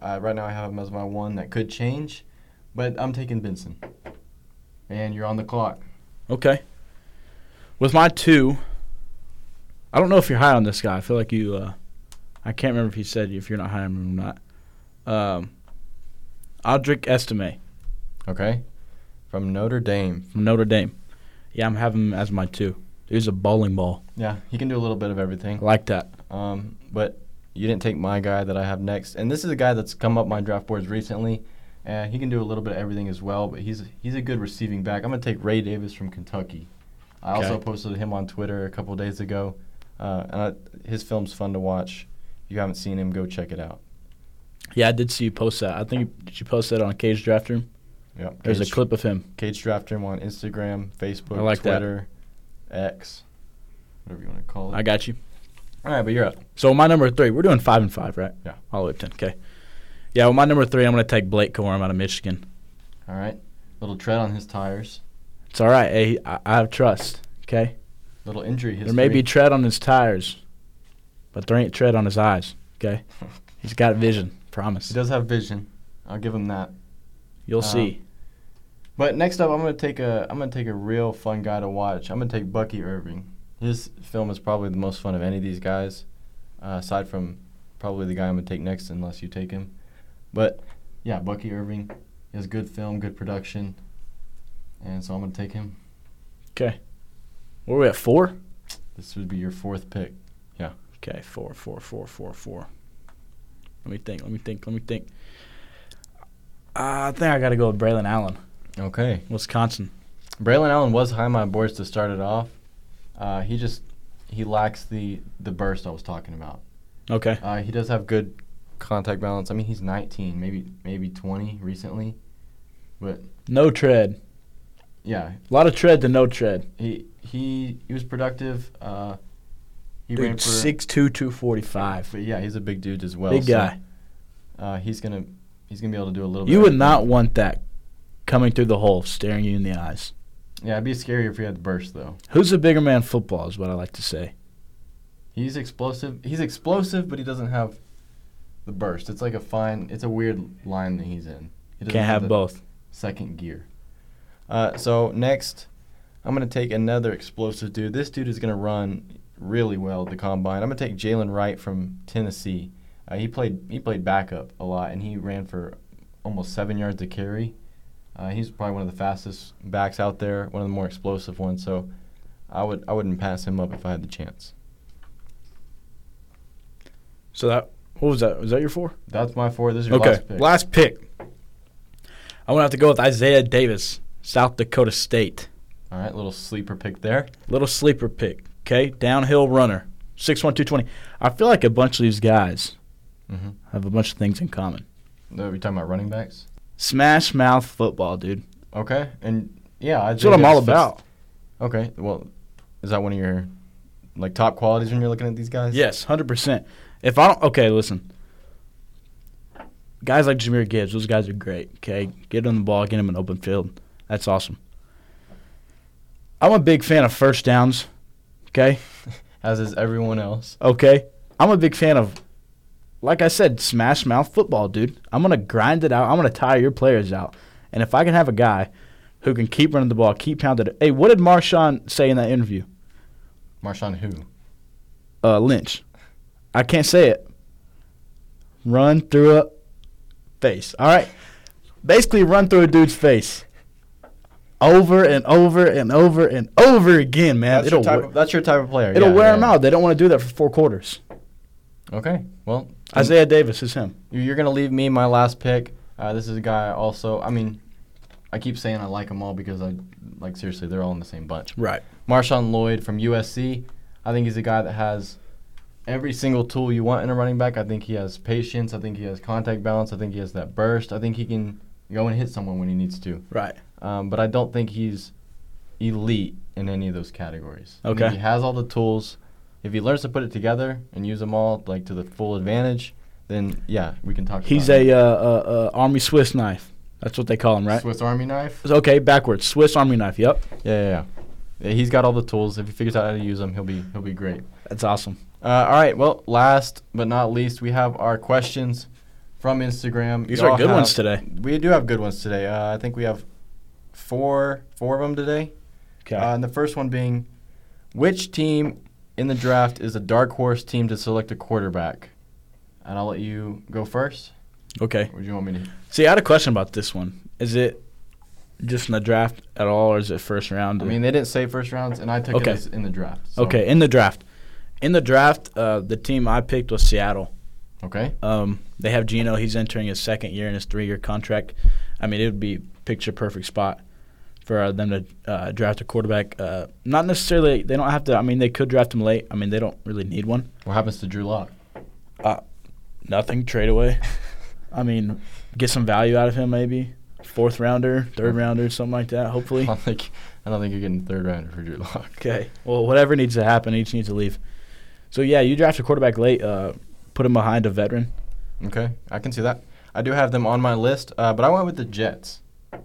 [SPEAKER 1] uh, right now I have him as my one. That could change, but I'm taking Benson. And you're on the clock.
[SPEAKER 2] Okay. With my two, I don't know if you're high on this guy. I feel like you. Uh, I can't remember if he said if you're not high on him or not. Um, Audric Estime
[SPEAKER 1] Okay, from Notre Dame.
[SPEAKER 2] from Notre Dame. Yeah, I'm having him as my two. He's a bowling ball.
[SPEAKER 1] Yeah, he can do a little bit of everything.
[SPEAKER 2] I like that.
[SPEAKER 1] Um, but you didn't take my guy that I have next, and this is a guy that's come up my draft boards recently. And he can do a little bit of everything as well, but he's he's a good receiving back. I'm gonna take Ray Davis from Kentucky. I also
[SPEAKER 2] Okay.
[SPEAKER 1] posted him on Twitter a couple days ago, uh, and I, his film's fun to watch. If you haven't seen him, go check it out.
[SPEAKER 2] Yeah, I did see you post that. I think did you post that on Cage Draft Room?
[SPEAKER 1] Yeah,
[SPEAKER 2] There's a
[SPEAKER 1] Cage-
[SPEAKER 2] clip of him.
[SPEAKER 1] Cage Draft Room on Instagram, Facebook,
[SPEAKER 2] I like that.
[SPEAKER 1] Twitter, X, whatever you want to call it.
[SPEAKER 2] I got you.
[SPEAKER 1] All right, but you're up.
[SPEAKER 2] So my number three, we're doing five and five, right?
[SPEAKER 1] Yeah.
[SPEAKER 2] All the way up ten. Okay. Yeah, well, my number three, I'm gonna take Blake Corum out of Michigan.
[SPEAKER 1] All right, little tread on his tires,
[SPEAKER 2] It's all right. Hey, I, I have trust. Okay.
[SPEAKER 1] little injury history.
[SPEAKER 2] There may be tread on his tires, but there ain't tread on his eyes. Okay. He's got vision.
[SPEAKER 1] He
[SPEAKER 2] Promise.
[SPEAKER 1] does have vision. I'll give him that.
[SPEAKER 2] You'll
[SPEAKER 1] Uh,
[SPEAKER 2] see.
[SPEAKER 1] But next up, I'm gonna take a I'm gonna take a real fun guy to watch. I'm gonna take Bucky Irving. His film is probably the most fun of any of these guys, uh, aside from probably the guy I'm gonna take next, unless you take him. But yeah, Bucky Irving he has good film, good production, and so I'm gonna take him.
[SPEAKER 2] Where are we at? Four.
[SPEAKER 1] This would be your fourth pick.
[SPEAKER 2] Okay. Four. Four. Four. Four. Four. Let me think. Let me think. Let me think. I think I got to go with Braylon Allen,
[SPEAKER 1] Okay.
[SPEAKER 2] Wisconsin.
[SPEAKER 1] Braylon Allen was high on my boards to start it off. Uh, he just he lacks the the burst I was talking about.
[SPEAKER 2] Okay.
[SPEAKER 1] Uh, he does have good contact balance. I mean, he's 19, maybe maybe 20 recently, but
[SPEAKER 2] No tread.
[SPEAKER 1] yeah,
[SPEAKER 2] A lot of tread to no tread.
[SPEAKER 1] he he he was productive. Uh, he ran
[SPEAKER 2] Dude,
[SPEAKER 1] for
[SPEAKER 2] six two two forty five.
[SPEAKER 1] But yeah, he's a big dude as well.
[SPEAKER 2] Big
[SPEAKER 1] so,
[SPEAKER 2] guy.
[SPEAKER 1] Uh, he's gonna he's gonna be able to do a little. bit
[SPEAKER 2] You would
[SPEAKER 1] of
[SPEAKER 2] not want that coming through the hole, staring you in the eyes.
[SPEAKER 1] everything. Yeah, it'd be scary if he had the burst though.
[SPEAKER 2] Who's the bigger man in football is what I like to say.
[SPEAKER 1] He's explosive. He's explosive, but he doesn't have the burst. It's like a fine. It's a weird line that he's in. He doesn't
[SPEAKER 2] Can't have
[SPEAKER 1] the-
[SPEAKER 2] both.
[SPEAKER 1] second gear. Uh, so next, I'm gonna take another explosive dude. This dude is gonna run really well at the combine. I'm gonna take Jalen Wright from Tennessee. Uh, he played he played backup a lot, and he ran for almost seven yards to carry. Uh, he's probably one of the fastest backs out there, one of the more explosive ones. So I would I wouldn't pass him up if I had the chance.
[SPEAKER 2] So that what was that? Was that your four?
[SPEAKER 1] That's my four. This is your
[SPEAKER 2] okay.
[SPEAKER 1] last pick.
[SPEAKER 2] I'm gonna have to go with Isaiah Davis, South Dakota State.
[SPEAKER 1] All right, little sleeper pick there.
[SPEAKER 2] Little sleeper pick. Okay. Downhill runner. Six one two twenty. I feel like a bunch of these guys
[SPEAKER 1] Mhm.
[SPEAKER 2] have a bunch of things in common.
[SPEAKER 1] Are we talking about running backs?
[SPEAKER 2] Smash mouth football, dude.
[SPEAKER 1] Okay, and yeah, I
[SPEAKER 2] That's what I'm all about.
[SPEAKER 1] Okay. Well, is that one of your like top qualities when you're looking at these guys?
[SPEAKER 2] Yes, hundred percent. If I don't, okay, listen. Guys like Jameer Gibbs, those guys are great. Okay, get him the ball, get him an open field. That's awesome. I'm a big fan of first downs. Okay.
[SPEAKER 1] as is everyone else.
[SPEAKER 2] Okay. I'm a big fan of, like I said, smash mouth football, dude. I'm going to grind it out. I'm going to tire your players out. And if I can have a guy who can keep running the ball, keep pounding it. Hey, what did Marshawn say in that interview?
[SPEAKER 1] Marshawn who?
[SPEAKER 2] Uh, Lynch. I can't say it. Run through a face. All right. Basically, run through a dude's face. Over and over and over and over again, man.
[SPEAKER 1] That's your,
[SPEAKER 2] It'll,
[SPEAKER 1] type
[SPEAKER 2] wear-
[SPEAKER 1] of, that's your type of player.
[SPEAKER 2] it'll
[SPEAKER 1] Yeah,
[SPEAKER 2] wear
[SPEAKER 1] yeah,
[SPEAKER 2] them
[SPEAKER 1] yeah.
[SPEAKER 2] out. They don't want to do that for four quarters.
[SPEAKER 1] Okay. Well,
[SPEAKER 2] Isaiah Davis is him.
[SPEAKER 1] You- You're gonna leave me my last pick. Uh, this is a guy I also. I mean, I keep saying I like them all because I like seriously they're all in the same bunch.
[SPEAKER 2] Right.
[SPEAKER 1] Marshawn Lloyd from USC. I think he's a guy that has every single tool you want in a running back. I think he has patience. I think he has contact balance. I think he has that burst. I think he can go and hit someone when he needs to.
[SPEAKER 2] Right.
[SPEAKER 1] Um, but I don't think he's elite in any of those categories. I think
[SPEAKER 2] Okay.
[SPEAKER 1] He has all the tools. If he learns to put it together and use them all like to the full advantage, then yeah, we can talk.
[SPEAKER 2] He's
[SPEAKER 1] about
[SPEAKER 2] a
[SPEAKER 1] him.
[SPEAKER 2] uh, uh, uh, Army Swiss knife. That's what they call him, right?
[SPEAKER 1] Swiss Army knife.
[SPEAKER 2] Okay, backwards. Swiss Army knife. Yep.
[SPEAKER 1] uh, Yeah, yeah, yeah. Yeah, He's got all the tools. If he figures out how to use them, he'll be he'll be great.
[SPEAKER 2] That's awesome.
[SPEAKER 1] Uh, all right. Well, last but not least, we have our questions from Instagram.
[SPEAKER 2] These
[SPEAKER 1] Y'all
[SPEAKER 2] are good
[SPEAKER 1] have-
[SPEAKER 2] ones today.
[SPEAKER 1] We do have good ones today. Uh, I think we have four four of them today.
[SPEAKER 2] Okay.
[SPEAKER 1] Uh, and the first one being, which team in the draft is a dark horse team to select a quarterback? And I'll let you go first.
[SPEAKER 2] okay.
[SPEAKER 1] Or do you want me to?
[SPEAKER 2] See, I had a question about this one. Is it just in the draft at all, or is it first round?
[SPEAKER 1] I mean, they didn't say first rounds, and I took
[SPEAKER 2] Okay.
[SPEAKER 1] it as in the draft. so-
[SPEAKER 2] okay, in the draft. In the draft, uh, the team I picked was Seattle.
[SPEAKER 1] Okay.
[SPEAKER 2] Um, they have Geno. He's entering his second year in his three-year contract. I mean, it would be picture perfect spot for uh, them to uh, draft a quarterback. Uh, not necessarily. They don't have to. I mean, they could draft him late. I mean, they don't really need one.
[SPEAKER 1] What happens to Drew Lock?
[SPEAKER 2] Nothing trade away. I mean, get some value out of him maybe. Fourth rounder, third rounder, something like that.
[SPEAKER 1] I
[SPEAKER 2] Hopefully.
[SPEAKER 1] don't think I don't think you're getting third rounder for Drew Lock.
[SPEAKER 2] Okay. Well, whatever needs to happen, each needs to leave. So yeah, you draft a quarterback late. Uh, put him behind a veteran.
[SPEAKER 1] Okay, I can see that. I do have them on my list, uh, but I went with the Jets.
[SPEAKER 2] The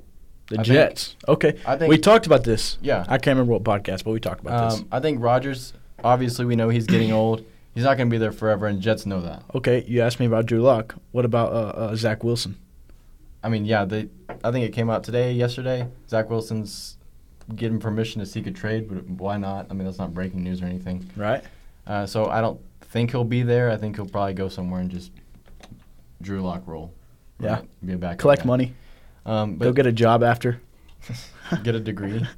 [SPEAKER 1] I think-
[SPEAKER 2] Jets. okay.
[SPEAKER 1] I think-
[SPEAKER 2] we talked about this.
[SPEAKER 1] Yeah.
[SPEAKER 2] I can't remember what podcast, but we talked about this.
[SPEAKER 1] Um, I think Rogers. Obviously, we know he's getting old. He's not going to be there forever, and Jets know that.
[SPEAKER 2] Okay, you asked me about Drew Lock. What about uh, uh, Zach Wilson?
[SPEAKER 1] I mean, yeah, they. I think it came out today, yesterday. Zach Wilson's given permission to seek a trade, but why not? I mean, that's not breaking news or anything.
[SPEAKER 2] Right.
[SPEAKER 1] Uh, so I don't think he'll be there. I think he'll probably go somewhere and just Drew Lock roll.
[SPEAKER 2] Yeah.
[SPEAKER 1] Right? be a back.
[SPEAKER 2] Collect money.
[SPEAKER 1] Um, but
[SPEAKER 2] Go get a job after.
[SPEAKER 1] get a degree.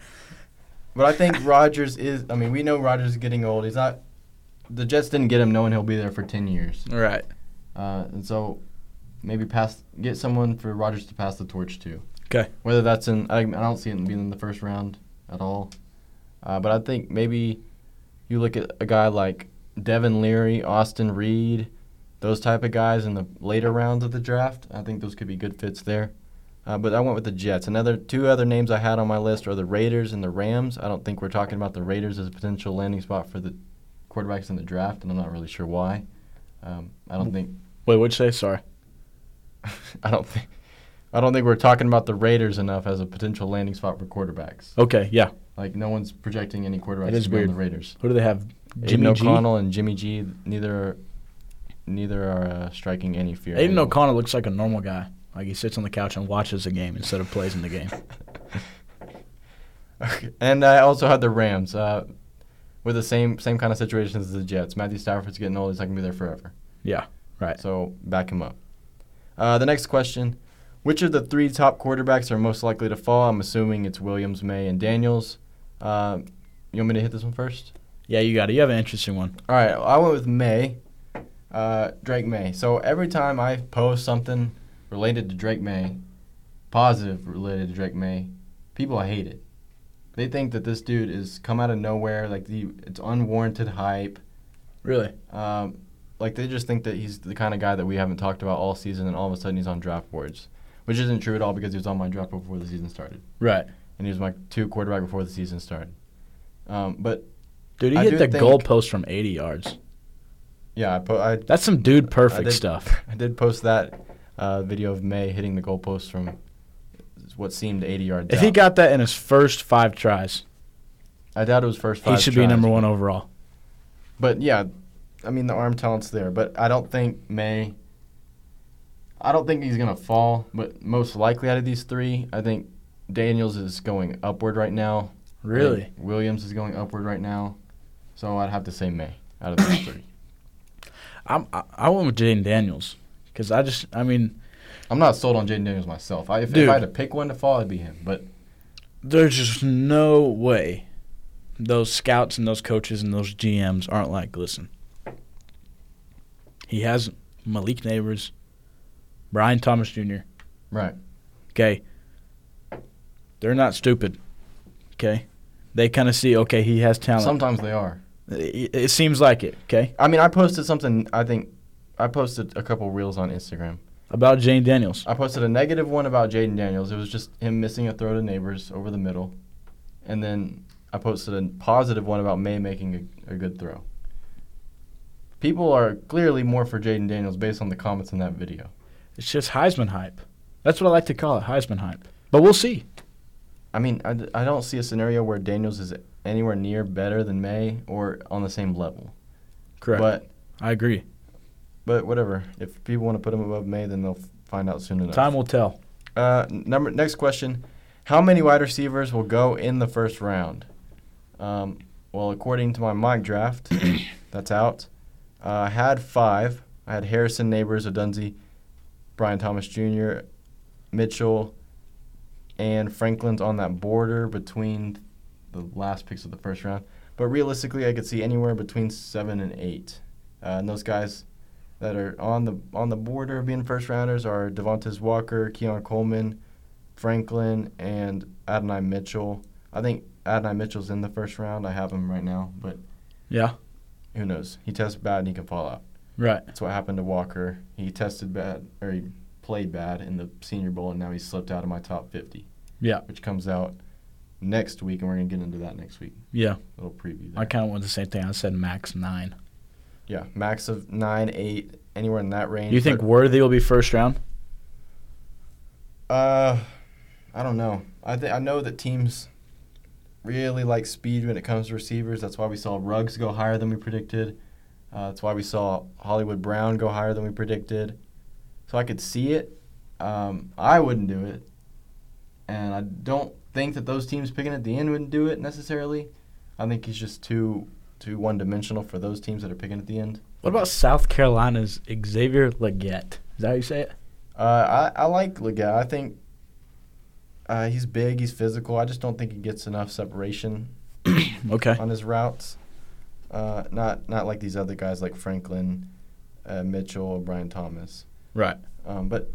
[SPEAKER 1] But I think Rogers is. I mean, we know Rogers is getting old. He's not. The Jets didn't get him knowing he'll be there for ten years,
[SPEAKER 2] Right.
[SPEAKER 1] uh, and so maybe pass get someone for Rogers to pass the torch to.
[SPEAKER 2] 'Kay.
[SPEAKER 1] Whether that's in, I, I don't see it being in the first round at all. Uh, but I think maybe you look at a guy like Devin Leary, Austin Reed, those type of guys in the later rounds of the draft. I think those could be good fits there. Uh, but I went with the Jets. Another two other names I had on my list are the Raiders and the Rams. I don't think we're talking about the Raiders as a potential landing spot for the quarterbacks in the draft, and I'm not really sure why. Um, I don't think
[SPEAKER 2] Wait, what'd you say? Sorry.
[SPEAKER 1] I don't think I don't think we're talking about the Raiders enough as a potential landing spot for quarterbacks.
[SPEAKER 2] Okay, yeah.
[SPEAKER 1] Like no one's projecting any quarterbacks
[SPEAKER 2] It is
[SPEAKER 1] to be on
[SPEAKER 2] weird.
[SPEAKER 1] the Raiders.
[SPEAKER 2] Who do they have?
[SPEAKER 1] Jimmy
[SPEAKER 2] Jimmy
[SPEAKER 1] Aiden
[SPEAKER 2] G.
[SPEAKER 1] O'Connell and Jimmy G neither neither are uh, striking any fear.
[SPEAKER 2] Aiden
[SPEAKER 1] anymore.
[SPEAKER 2] O'Connell looks like a normal guy. Like he sits on the couch and watches the game instead of plays in the game.
[SPEAKER 1] Okay. And I also had the Rams uh, with the same same kind of situation as the Jets. Matthew Stafford's getting old; he's not gonna be there forever.
[SPEAKER 2] Yeah, right.
[SPEAKER 1] So back him up. Uh, the next question: Which of the three top quarterbacks are most likely to fall? I'm assuming it's Williams, May, and Daniels. Uh, you want me to hit this one first?
[SPEAKER 2] Yeah, you got it. You have an interesting one.
[SPEAKER 1] All right, I went with May, uh, Drake May. So every time I post something related to Drake May, positive related to Drake May, people hate it. They think that this dude is come out of nowhere, like the it's unwarranted hype.
[SPEAKER 2] Really?
[SPEAKER 1] Um, like they just think that he's the kind of guy that we haven't talked about all season, and all of a sudden he's on draft boards, which isn't true at all because he was on my draft board before the season started,
[SPEAKER 2] Right.
[SPEAKER 1] and he was my two quarterback before the season started. Um, but
[SPEAKER 2] Dude, he
[SPEAKER 1] I
[SPEAKER 2] hit
[SPEAKER 1] do
[SPEAKER 2] the
[SPEAKER 1] think-
[SPEAKER 2] goalpost from 80 yards.
[SPEAKER 1] yeah, I po- I
[SPEAKER 2] That's some dude
[SPEAKER 1] I
[SPEAKER 2] perfect
[SPEAKER 1] did-
[SPEAKER 2] stuff.
[SPEAKER 1] I did post that uh, video of May hitting the goalpost from what seemed 80 yards
[SPEAKER 2] If
[SPEAKER 1] out.
[SPEAKER 2] he got that in his first five tries,
[SPEAKER 1] I doubt it was first
[SPEAKER 2] He
[SPEAKER 1] five.
[SPEAKER 2] should be number
[SPEAKER 1] tries,
[SPEAKER 2] one overall.
[SPEAKER 1] But yeah, I mean the arm talent's there, but I don't think May. I don't think he's gonna fall, but most likely out of these three, I think Daniels is going upward right now. I think
[SPEAKER 2] Really?
[SPEAKER 1] Williams is going upward right now, so I'd have to say May out of those three.
[SPEAKER 2] I'm, I, I went with Jaden Daniels because I just, I mean,
[SPEAKER 1] I'm not sold on Jaden Daniels myself. I, if, if
[SPEAKER 2] Dude.
[SPEAKER 1] I had to pick one to fall, it'd be him. But
[SPEAKER 2] there's just no way those scouts and those coaches and those GMs aren't like, listen, he has Malik Neighbors, Brian Thomas Jr.,
[SPEAKER 1] right,
[SPEAKER 2] Okay. They're not stupid. Okay. They kind of see, okay, he has talent.
[SPEAKER 1] sometimes they are.
[SPEAKER 2] it, it seems like it. Okay.
[SPEAKER 1] I mean, I posted something. I think I posted a couple reels on Instagram.
[SPEAKER 2] About Jane Daniels.
[SPEAKER 1] I posted a negative one about Jaden Daniels. It was just him missing a throw to neighbors over the middle, and then I posted a positive one about May making a, a good throw. People are clearly more for Jaden Daniels based on the comments in that video.
[SPEAKER 2] It's just Heisman hype. That's what I like to call it Heisman hype. But we'll see.
[SPEAKER 1] I mean, I, d- I don't see a scenario where Daniels is anywhere near better than May or on the same level.
[SPEAKER 2] Correct.
[SPEAKER 1] But
[SPEAKER 2] I agree.
[SPEAKER 1] but whatever. If people want to put him above May, then they'll f- find out soon enough.
[SPEAKER 2] Time will tell.
[SPEAKER 1] Uh, number next question: How many wide receivers will go in the first round? Um, well, according to my mock draft, that's out. Uh, I had five. I had Harrison, Neighbors, Odunzi, Brian Thomas Jr., Mitchell, and Franklin's on that border between the last picks of the first round. But realistically, I could see anywhere between seven and eight. Uh, and those guys that are on the on the border of being first rounders are Devontae Walker, Keon Coleman, Franklin, and Adonai Mitchell. I think Adonai Mitchell's in the first round. I have him right now, but
[SPEAKER 2] Yeah.
[SPEAKER 1] who knows? He tests bad and he can fall out.
[SPEAKER 2] Right.
[SPEAKER 1] That's what happened to Walker. He tested bad or he played bad in the Senior Bowl, and now he slipped out of my top 50.
[SPEAKER 2] Yeah.
[SPEAKER 1] which comes out next week, and we're gonna get into that next week.
[SPEAKER 2] Yeah.
[SPEAKER 1] little preview. There.
[SPEAKER 2] I kind of want the same thing. I said max nine.
[SPEAKER 1] Yeah, max of nine, eight, anywhere in that range.
[SPEAKER 2] You think
[SPEAKER 1] but-
[SPEAKER 2] Worthy will be first round?
[SPEAKER 1] Uh, I don't know. I think I know that teams really like speed when it comes to receivers. That's why we saw Ruggs go higher than we predicted. Uh, that's why we saw Hollywood Brown go higher than we predicted. So I could see it. Um, I wouldn't do it, and I don't think that those teams picking at the end wouldn't do it necessarily. I think he's just too too one dimensional for those teams that are picking at the end.
[SPEAKER 2] What about South Carolina's Xavier Leggett? Is that how you say it?
[SPEAKER 1] Uh, I, I like Legat. I think uh, he's big, he's physical. I just don't think he gets enough separation
[SPEAKER 2] Okay.
[SPEAKER 1] on his routes. Uh, not not like these other guys like Franklin, uh, Mitchell, or Brian Thomas.
[SPEAKER 2] Right.
[SPEAKER 1] Um, but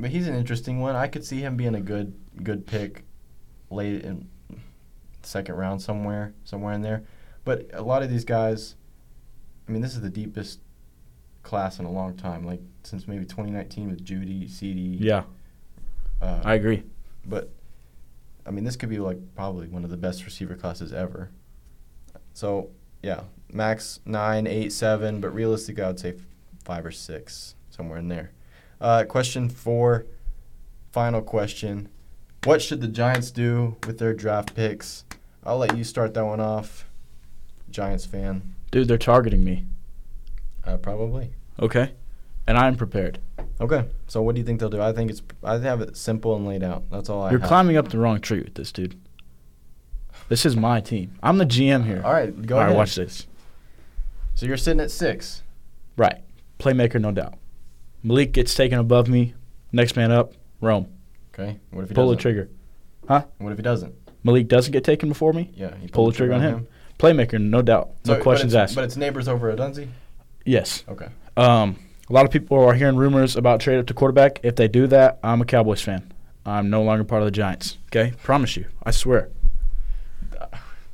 [SPEAKER 1] but he's an interesting one. I could see him being a good good pick late in second round somewhere somewhere in there. But a lot of these guys, I mean, this is the deepest class in a long time. Like since maybe 2019 with Judy, CD.
[SPEAKER 2] Yeah.
[SPEAKER 1] Uh,
[SPEAKER 2] I agree.
[SPEAKER 1] but I mean, this could be like probably one of the best receiver classes ever. So yeah, max nine, eight, seven, but realistically, I would say f- five or six, somewhere in there. Uh, question four, final question: What should the Giants do with their draft picks? I'll let you start that one off, Giants fan.
[SPEAKER 2] Dude, they're targeting me.
[SPEAKER 1] Uh, probably.
[SPEAKER 2] Okay. And I'm prepared.
[SPEAKER 1] Okay. So what do you think they'll do? I think it's I have it simple and laid out. That's all I.
[SPEAKER 2] You're
[SPEAKER 1] have.
[SPEAKER 2] climbing up the wrong tree with this, dude. This is my team. I'm the GM here.
[SPEAKER 1] All right, go
[SPEAKER 2] All right,
[SPEAKER 1] ahead.
[SPEAKER 2] watch this.
[SPEAKER 1] So you're sitting at six.
[SPEAKER 2] Right. Playmaker, no doubt. Malik gets taken above me. Next man up, Rome.
[SPEAKER 1] Okay. What if he
[SPEAKER 2] Pull the
[SPEAKER 1] doesn't?
[SPEAKER 2] trigger.
[SPEAKER 1] What if he doesn't?
[SPEAKER 2] Malik doesn't get taken before me.
[SPEAKER 1] Yeah, you
[SPEAKER 2] Pull the trigger on him. Playmaker, no doubt. No
[SPEAKER 1] So-
[SPEAKER 2] questions
[SPEAKER 1] but it's,
[SPEAKER 2] asked.
[SPEAKER 1] But it's neighbors over at Dunsey.
[SPEAKER 2] yes.
[SPEAKER 1] Okay.
[SPEAKER 2] Um, a lot of people are hearing rumors about trade up to quarterback. If they do that, I'm a Cowboys fan. I'm no longer part of the Giants. Okay, promise you. I swear.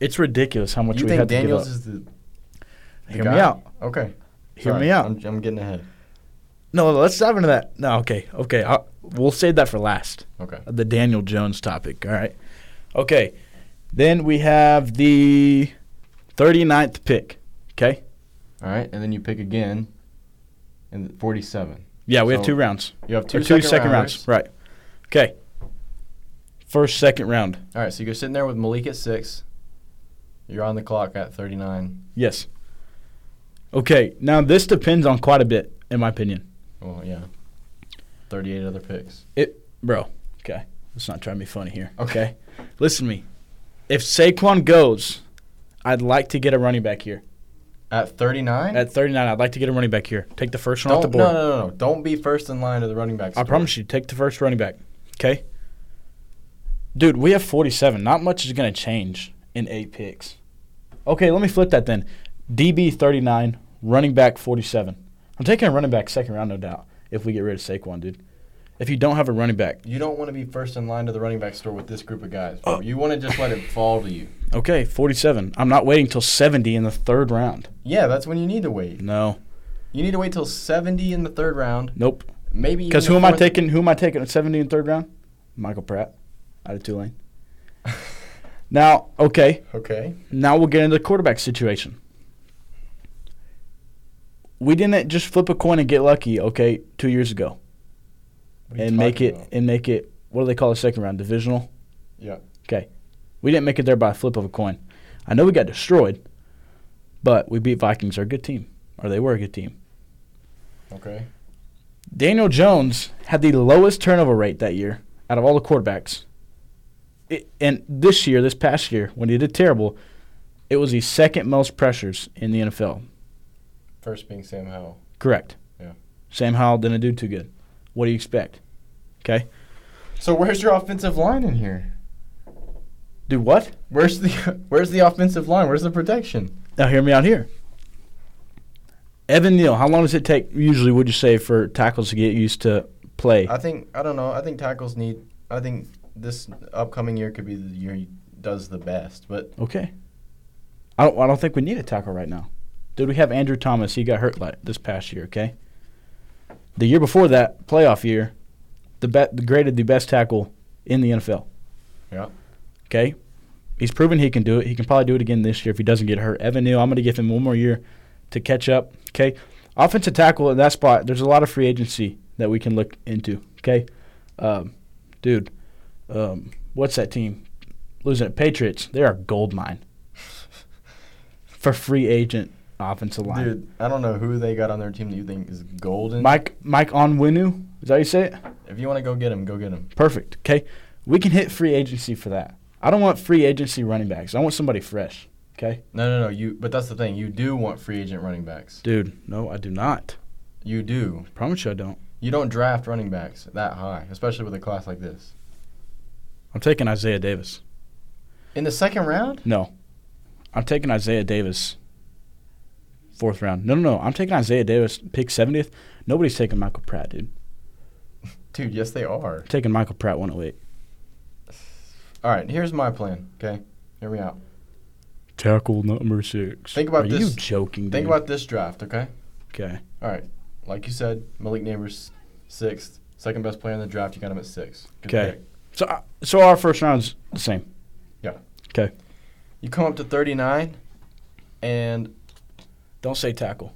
[SPEAKER 2] It's ridiculous how much
[SPEAKER 1] you
[SPEAKER 2] we
[SPEAKER 1] think
[SPEAKER 2] had to
[SPEAKER 1] Daniels
[SPEAKER 2] give up.
[SPEAKER 1] is the, the
[SPEAKER 2] Hear
[SPEAKER 1] guy?
[SPEAKER 2] me out.
[SPEAKER 1] Okay.
[SPEAKER 2] Hear
[SPEAKER 1] Sorry,
[SPEAKER 2] me out.
[SPEAKER 1] I'm, I'm getting ahead.
[SPEAKER 2] No, let's dive into that. No, okay, okay. i we'll save that for last.
[SPEAKER 1] Okay.
[SPEAKER 2] The Daniel Jones topic. All right. Okay. Then we have the 39th pick. Okay.
[SPEAKER 1] All right, and then you pick again, and 47.
[SPEAKER 2] Yeah, we have
[SPEAKER 1] So-
[SPEAKER 2] two rounds.
[SPEAKER 1] You have
[SPEAKER 2] Or
[SPEAKER 1] two
[SPEAKER 2] two second,
[SPEAKER 1] rounders.
[SPEAKER 2] rounds. Right. Okay. First, second round.
[SPEAKER 1] All right, so you're sitting there with Malik at six. You're on the clock at 39.
[SPEAKER 2] Yes. Okay, now this depends on quite a bit, in my opinion.
[SPEAKER 1] Well, yeah. 38 other picks.
[SPEAKER 2] Bro, okay. Let's not try to be funny here.
[SPEAKER 1] Okay.
[SPEAKER 2] Listen to me. If Saquon goes, I'd like to get a running back here.
[SPEAKER 1] At 39?
[SPEAKER 2] At 39, I'd like to get a running back here. Take the first one
[SPEAKER 1] don't,
[SPEAKER 2] off the board.
[SPEAKER 1] no, no, no, no. Don't be first in line to the running backs.
[SPEAKER 2] I promise you, take the first running back. Okay? Dude, we have 47. Not much is going to change in eight picks. Okay, let me flip that then. DB 39, running back 47. I'm taking a running back second round, no doubt, if we get rid of Saquon, dude. If you don't have a running back,
[SPEAKER 1] You don't want to be first in line to the running back store with this group of guys.
[SPEAKER 2] Oh.
[SPEAKER 1] Bro. You want to just let it fall to you.
[SPEAKER 2] okay, 47. I'm not waiting till 70 in the third round.
[SPEAKER 1] Yeah, that's when you need to wait.
[SPEAKER 2] No,
[SPEAKER 1] You need to wait till 70 in the third round.
[SPEAKER 2] nope.
[SPEAKER 1] Maybe
[SPEAKER 2] Because
[SPEAKER 1] even the
[SPEAKER 2] who am I
[SPEAKER 1] fourth-
[SPEAKER 2] taking? Who am I taking at 70 in third round? Michael Pratt out of Tulane. now, okay,
[SPEAKER 1] Okay.
[SPEAKER 2] Now we'll get into the quarterback situation. We didn't just flip a coin and get lucky, okay, two years ago,
[SPEAKER 1] What are you
[SPEAKER 2] and make
[SPEAKER 1] talking
[SPEAKER 2] it
[SPEAKER 1] about?
[SPEAKER 2] and make it. What do they call the second round? Divisional.
[SPEAKER 1] Yeah.
[SPEAKER 2] Okay, we didn't make it there by a flip of a coin. I know we got destroyed, but we beat Vikings. Are a good team, or they were a good team.
[SPEAKER 1] Okay.
[SPEAKER 2] Daniel Jones had the lowest turnover rate that year out of all the quarterbacks. It, and this year, this past year, when he did terrible, it was the second most pressures in the NFL.
[SPEAKER 1] First being Sam Howell.
[SPEAKER 2] Correct.
[SPEAKER 1] Yeah.
[SPEAKER 2] Sam Howell didn't do too good. What do you expect?
[SPEAKER 1] So where's your offensive line in here?
[SPEAKER 2] Do what?
[SPEAKER 1] Where's the where's the offensive line? Where's the protection?
[SPEAKER 2] Now hear me out here. Evan Neal, how long does it take usually would you say for tackles to get used to play?
[SPEAKER 1] I think I don't know. I think tackles need. I think this upcoming year could be the year he does the best. But
[SPEAKER 2] okay. I don't I don't think we need a tackle right now. Dude, we have Andrew Thomas, he got hurt like this past year, okay? The year before that, playoff year, the be- graded the best tackle in the NFL.
[SPEAKER 1] Yeah.
[SPEAKER 2] Okay? He's proven he can do it. He can probably do it again this year if he doesn't get hurt. Evan Neal, I'm going to give him one more year to catch up. Okay? Offensive tackle at that spot, there's a lot of free agency that we can look into. Okay? Um, dude, um, what's that team? Losing it. Patriots, they're a gold mine for free agent offensive line.
[SPEAKER 1] dude, I don't know who they got on their team that you think is golden.
[SPEAKER 2] Mike Mike Onwenu, is that how you say it?
[SPEAKER 1] if you want to go get him, go get him.
[SPEAKER 2] Perfect. Okay. We can hit free agency for that. I don't want free agency running backs. I want somebody fresh. Okay?
[SPEAKER 1] No, no, no. You. But that's the thing. You do want free agent running backs.
[SPEAKER 2] Dude, no, I do not.
[SPEAKER 1] You do.
[SPEAKER 2] Promise you I don't.
[SPEAKER 1] You don't draft running backs that high, especially with a class like this.
[SPEAKER 2] I'm taking Isaiah Davis.
[SPEAKER 1] In the second round?
[SPEAKER 2] No. I'm taking Isaiah Davis fourth round. No, no, no. I'm taking Isaiah Davis pick 70th. Nobody's taking Michael Pratt, dude.
[SPEAKER 1] Dude, yes, they are.
[SPEAKER 2] I'm taking Michael Pratt 108.
[SPEAKER 1] All right. Here's my plan. Okay. Hear me out.
[SPEAKER 2] Tackle number six.
[SPEAKER 1] Think about
[SPEAKER 2] Are
[SPEAKER 1] this.
[SPEAKER 2] you joking, dude?
[SPEAKER 1] Think about this draft. Okay.
[SPEAKER 2] Okay.
[SPEAKER 1] All right. Like you said, Malik Neighbors sixth, second best player in the draft. You got him at six. Good
[SPEAKER 2] Okay.
[SPEAKER 1] pick.
[SPEAKER 2] So, uh, so our first round's the same.
[SPEAKER 1] You come up to 39, and
[SPEAKER 2] Don't say tackle.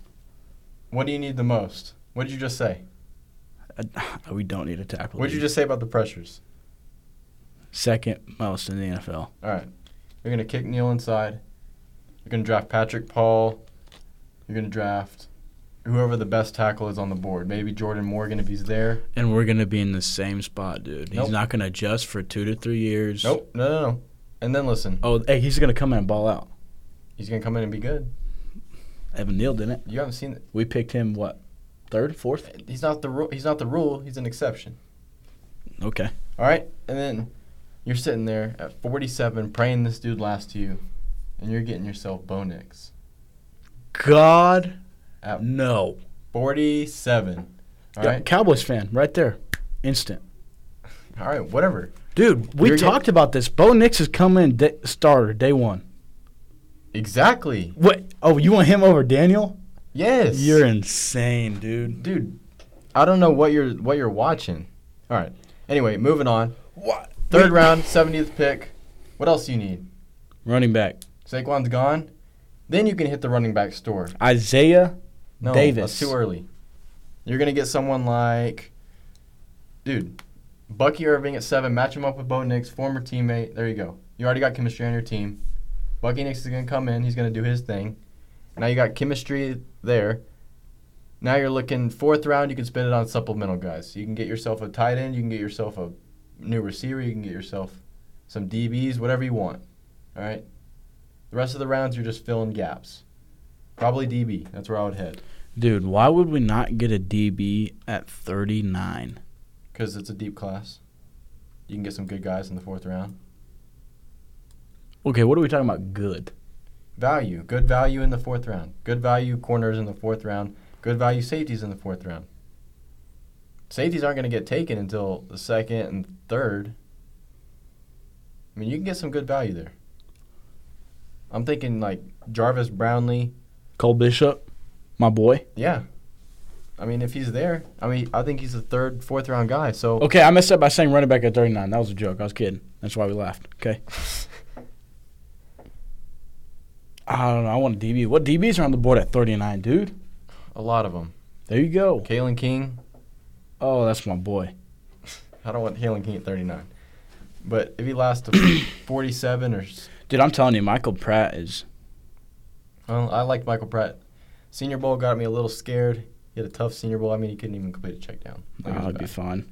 [SPEAKER 1] what do you need the most? What did you just say?
[SPEAKER 2] Uh, we don't need a tackle.
[SPEAKER 1] What did you
[SPEAKER 2] dude.
[SPEAKER 1] just say about the pressures?
[SPEAKER 2] second most in the NFL.
[SPEAKER 1] All right. You're going to kick Neil inside. You're going to draft Patrick Paul. You're going to draft whoever the best tackle is on the board. Maybe Jordan Morgan if he's there.
[SPEAKER 2] And we're gonna be in the same spot, dude.
[SPEAKER 1] Nope.
[SPEAKER 2] He's not gonna adjust for two to three years.
[SPEAKER 1] Nope. No, no, no. And then listen,
[SPEAKER 2] Oh, hey, he's gonna come in and ball out.
[SPEAKER 1] he's going to come in and be good.
[SPEAKER 2] Evan Neal didn't.
[SPEAKER 1] You haven't seen
[SPEAKER 2] We picked him what, third, fourth?
[SPEAKER 1] he's not the rule. He's not the rule. He's an exception.
[SPEAKER 2] Okay.
[SPEAKER 1] All right, and then you're sitting there at 47 praying this dude lasts to you, and you're getting yourself Bo Nix.
[SPEAKER 2] God,
[SPEAKER 1] At
[SPEAKER 2] no.
[SPEAKER 1] 47. All
[SPEAKER 2] Yeah,
[SPEAKER 1] right,
[SPEAKER 2] Cowboys fan, right there, instant.
[SPEAKER 1] all right, whatever.
[SPEAKER 2] Dude, we
[SPEAKER 1] You're getting-
[SPEAKER 2] talked about this. Bo Nix is coming da- starter day one.
[SPEAKER 1] Exactly.
[SPEAKER 2] What? Oh, you want him over Daniel?
[SPEAKER 1] Yes.
[SPEAKER 2] You're insane, dude.
[SPEAKER 1] dude. I don't know what you're what you're watching. All right. Anyway, moving on.
[SPEAKER 2] What?
[SPEAKER 1] Third round, 70th pick. What else do you need?
[SPEAKER 2] Running back
[SPEAKER 1] Saquon's gone. Then you can hit the running back store.
[SPEAKER 2] Isaiah.
[SPEAKER 1] No, that's
[SPEAKER 2] Davis.
[SPEAKER 1] too early. You're gonna get someone like, dude, Bucky Irving at seven. Match him up with Bo Nix, former teammate. There you go. You already got chemistry on your team. Bucky Nix is going to come in. He's going to do his thing. Now you got chemistry there. Now you're looking fourth round. You can spend it on supplemental guys. You can get yourself a tight end. You can get yourself a new receiver. You can get yourself some DBs, whatever you want. All right. The rest of the rounds, you're just filling gaps. Probably DB. That's where I would head
[SPEAKER 2] Dude, why would we not get a DB at 39?
[SPEAKER 1] because it's a deep class. You can get some good guys in the fourth round.
[SPEAKER 2] Okay, what are we talking about? Good.
[SPEAKER 1] Value. Good value in the fourth round. Good value corners in the fourth round. Good value safeties in the fourth round. Safeties aren't going to get taken until the second and third. I mean, you can get some good value there. I'm thinking like Jarvis Brownlee.
[SPEAKER 2] Cole Bishop, my boy.
[SPEAKER 1] Yeah. I mean, if he's there, I mean, I think he's a third, fourth round guy. So
[SPEAKER 2] Okay, I messed up by saying running back at 39. That was a joke. I was kidding. That's why we laughed. Okay. I don't know. I want a DB. What DBs are on the board at 39, dude?
[SPEAKER 1] a lot of them.
[SPEAKER 2] There you go.
[SPEAKER 1] Kalen King,
[SPEAKER 2] Oh, that's my boy.
[SPEAKER 1] I don't want Halen King at 39. But if he lasts to 47 or. s-
[SPEAKER 2] Dude, I'm telling you, Michael Pratt is.
[SPEAKER 1] Well, I liked Michael Pratt. Senior Bowl got me a little scared. He had a tough Senior Bowl. I mean, he couldn't even complete a check down. Like, it
[SPEAKER 2] Oh,
[SPEAKER 1] was
[SPEAKER 2] it'd be
[SPEAKER 1] bad.
[SPEAKER 2] fine.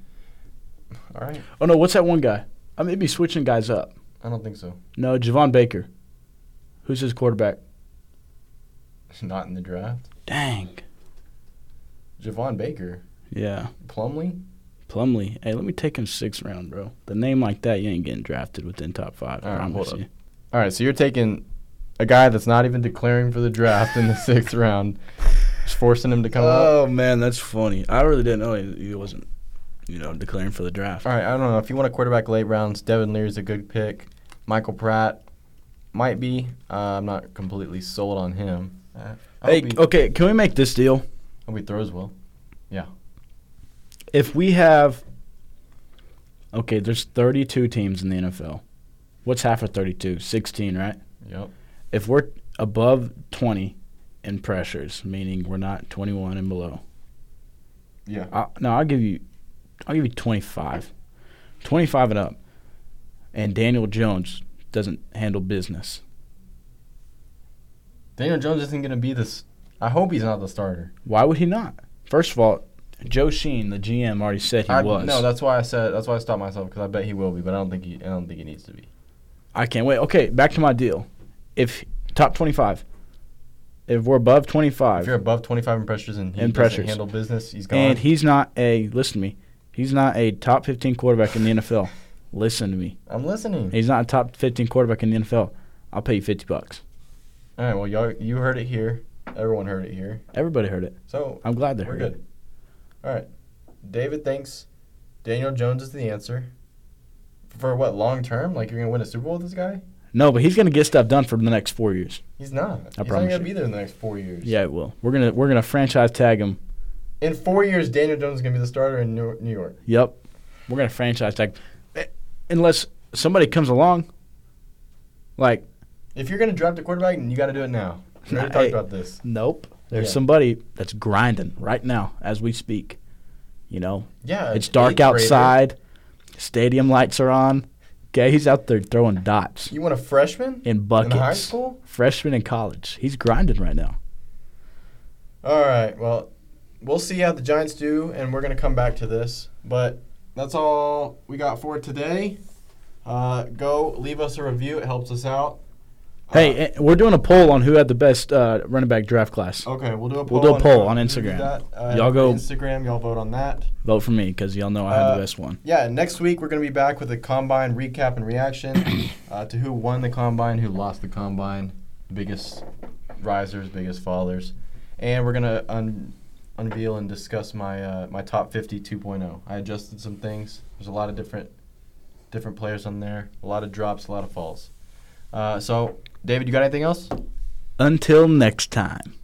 [SPEAKER 1] All right.
[SPEAKER 2] Oh, no. What's that one guy? I may be switching guys up.
[SPEAKER 1] I don't think so.
[SPEAKER 2] No, Javon Baker. Who's his quarterback?
[SPEAKER 1] Not in the draft.
[SPEAKER 2] Dang.
[SPEAKER 1] Javon Baker.
[SPEAKER 2] Yeah.
[SPEAKER 1] Plumley?
[SPEAKER 2] Plumley. Hey, let me take him sixth round, bro. The name like that, you ain't getting drafted within top five.
[SPEAKER 1] All
[SPEAKER 2] I
[SPEAKER 1] right,
[SPEAKER 2] promise
[SPEAKER 1] hold
[SPEAKER 2] you.
[SPEAKER 1] All right, so you're taking a guy that's not even declaring for the draft in the sixth round, just forcing him to come up.
[SPEAKER 2] Oh man, that's funny. I really didn't know he, he wasn't, you know, declaring for the draft.
[SPEAKER 1] All right, I don't know. If you want a quarterback late rounds, Devin Leary's a good pick. Michael Pratt might be. Uh, I'm not completely sold on him. Uh, I
[SPEAKER 2] Hey,
[SPEAKER 1] hope he-
[SPEAKER 2] okay, can we make this deal?
[SPEAKER 1] Hope he throws well.
[SPEAKER 2] If we have, okay, there's 32 teams in the NFL. What's half of 32? 16, right?
[SPEAKER 1] Yep.
[SPEAKER 2] If we're above 20 in pressures, meaning we're not 21 and below.
[SPEAKER 1] Yeah.
[SPEAKER 2] I, no, I'll give you, I'll give you 25, 25 and up, and Daniel Jones doesn't handle business.
[SPEAKER 1] Daniel Jones isn't going to be this. I hope he's not the starter.
[SPEAKER 2] Why would he not? First of all, Joe Sheen, the GM, already said he
[SPEAKER 1] I,
[SPEAKER 2] was.
[SPEAKER 1] No, that's why I said. That's why I stopped myself because I bet he will be, but I don't think he. I don't think he needs to be.
[SPEAKER 2] I can't wait. Okay, back to my deal. If top twenty-five, if we're above
[SPEAKER 1] If you're
[SPEAKER 2] twenty-five,
[SPEAKER 1] above 25 in pressures and he
[SPEAKER 2] And
[SPEAKER 1] doesn't
[SPEAKER 2] pressures.
[SPEAKER 1] handle business, he's gone.
[SPEAKER 2] and he's not a listen to me, he's not a top fifteen quarterback in the NFL. Listen to me,
[SPEAKER 1] I'm listening.
[SPEAKER 2] he's not a top fifteen quarterback in the NFL. I'll pay you fifty bucks.
[SPEAKER 1] All right. Well, y'all, you heard it here. Everyone heard it here.
[SPEAKER 2] Everybody heard it.
[SPEAKER 1] So
[SPEAKER 2] I'm glad they
[SPEAKER 1] we're
[SPEAKER 2] heard it.
[SPEAKER 1] good. All right. David thinks Daniel Jones is the answer. For what long term? Like you're gonna win a Super Bowl with this guy?
[SPEAKER 2] No, but he's gonna get stuff done for the next four years.
[SPEAKER 1] He's not. he's not
[SPEAKER 2] promise
[SPEAKER 1] gonna
[SPEAKER 2] you.
[SPEAKER 1] be there in the next four years.
[SPEAKER 2] Yeah, it will. We're gonna we're gonna franchise tag him.
[SPEAKER 1] In four years, Daniel Jones is gonna be the starter in New New York.
[SPEAKER 2] Yep, we're gonna franchise tag, Eh, unless somebody comes along. Like
[SPEAKER 1] If you're gonna draft a quarterback, you got to do it now. We already
[SPEAKER 2] Nah,
[SPEAKER 1] talked
[SPEAKER 2] hey.
[SPEAKER 1] about this.
[SPEAKER 2] Nope. There's
[SPEAKER 1] Yeah.
[SPEAKER 2] somebody that's grinding right now as we speak. You know,
[SPEAKER 1] Yeah,
[SPEAKER 2] it's
[SPEAKER 1] an
[SPEAKER 2] dark
[SPEAKER 1] eighth grader.
[SPEAKER 2] outside. Stadium lights are on. Okay, he's out there throwing dots
[SPEAKER 1] You want a freshman
[SPEAKER 2] in
[SPEAKER 1] in high
[SPEAKER 2] buckets.
[SPEAKER 1] school?
[SPEAKER 2] Freshman in college. He's grinding right now.
[SPEAKER 1] All right. Well, we'll see how the Giants do, and we're gonna come back to this. But that's all we got for today. Uh, go leave us a review. It helps us out. Uh,
[SPEAKER 2] Hey, eh, we're doing a poll on who had the best uh, running back draft class.
[SPEAKER 1] Okay, we'll do a poll.
[SPEAKER 2] We'll do a poll
[SPEAKER 1] who-
[SPEAKER 2] on
[SPEAKER 1] who
[SPEAKER 2] Instagram.
[SPEAKER 1] did that. Uh,
[SPEAKER 2] Y'all go-
[SPEAKER 1] Instagram. Y'all vote on that.
[SPEAKER 2] Vote for me because y'all know I had
[SPEAKER 1] Uh,
[SPEAKER 2] the best one.
[SPEAKER 1] Yeah, next week we're going to be back with a combine recap and reaction uh, to who won the combine, who lost the combine, biggest risers, biggest fallers, and we're going to un- unveil and discuss my uh, my top 50 2.0. oh. I adjusted some things. There's a lot of different different players on there, a lot of drops, a lot of falls. Uh, so, David, you got anything else?
[SPEAKER 2] Until next time.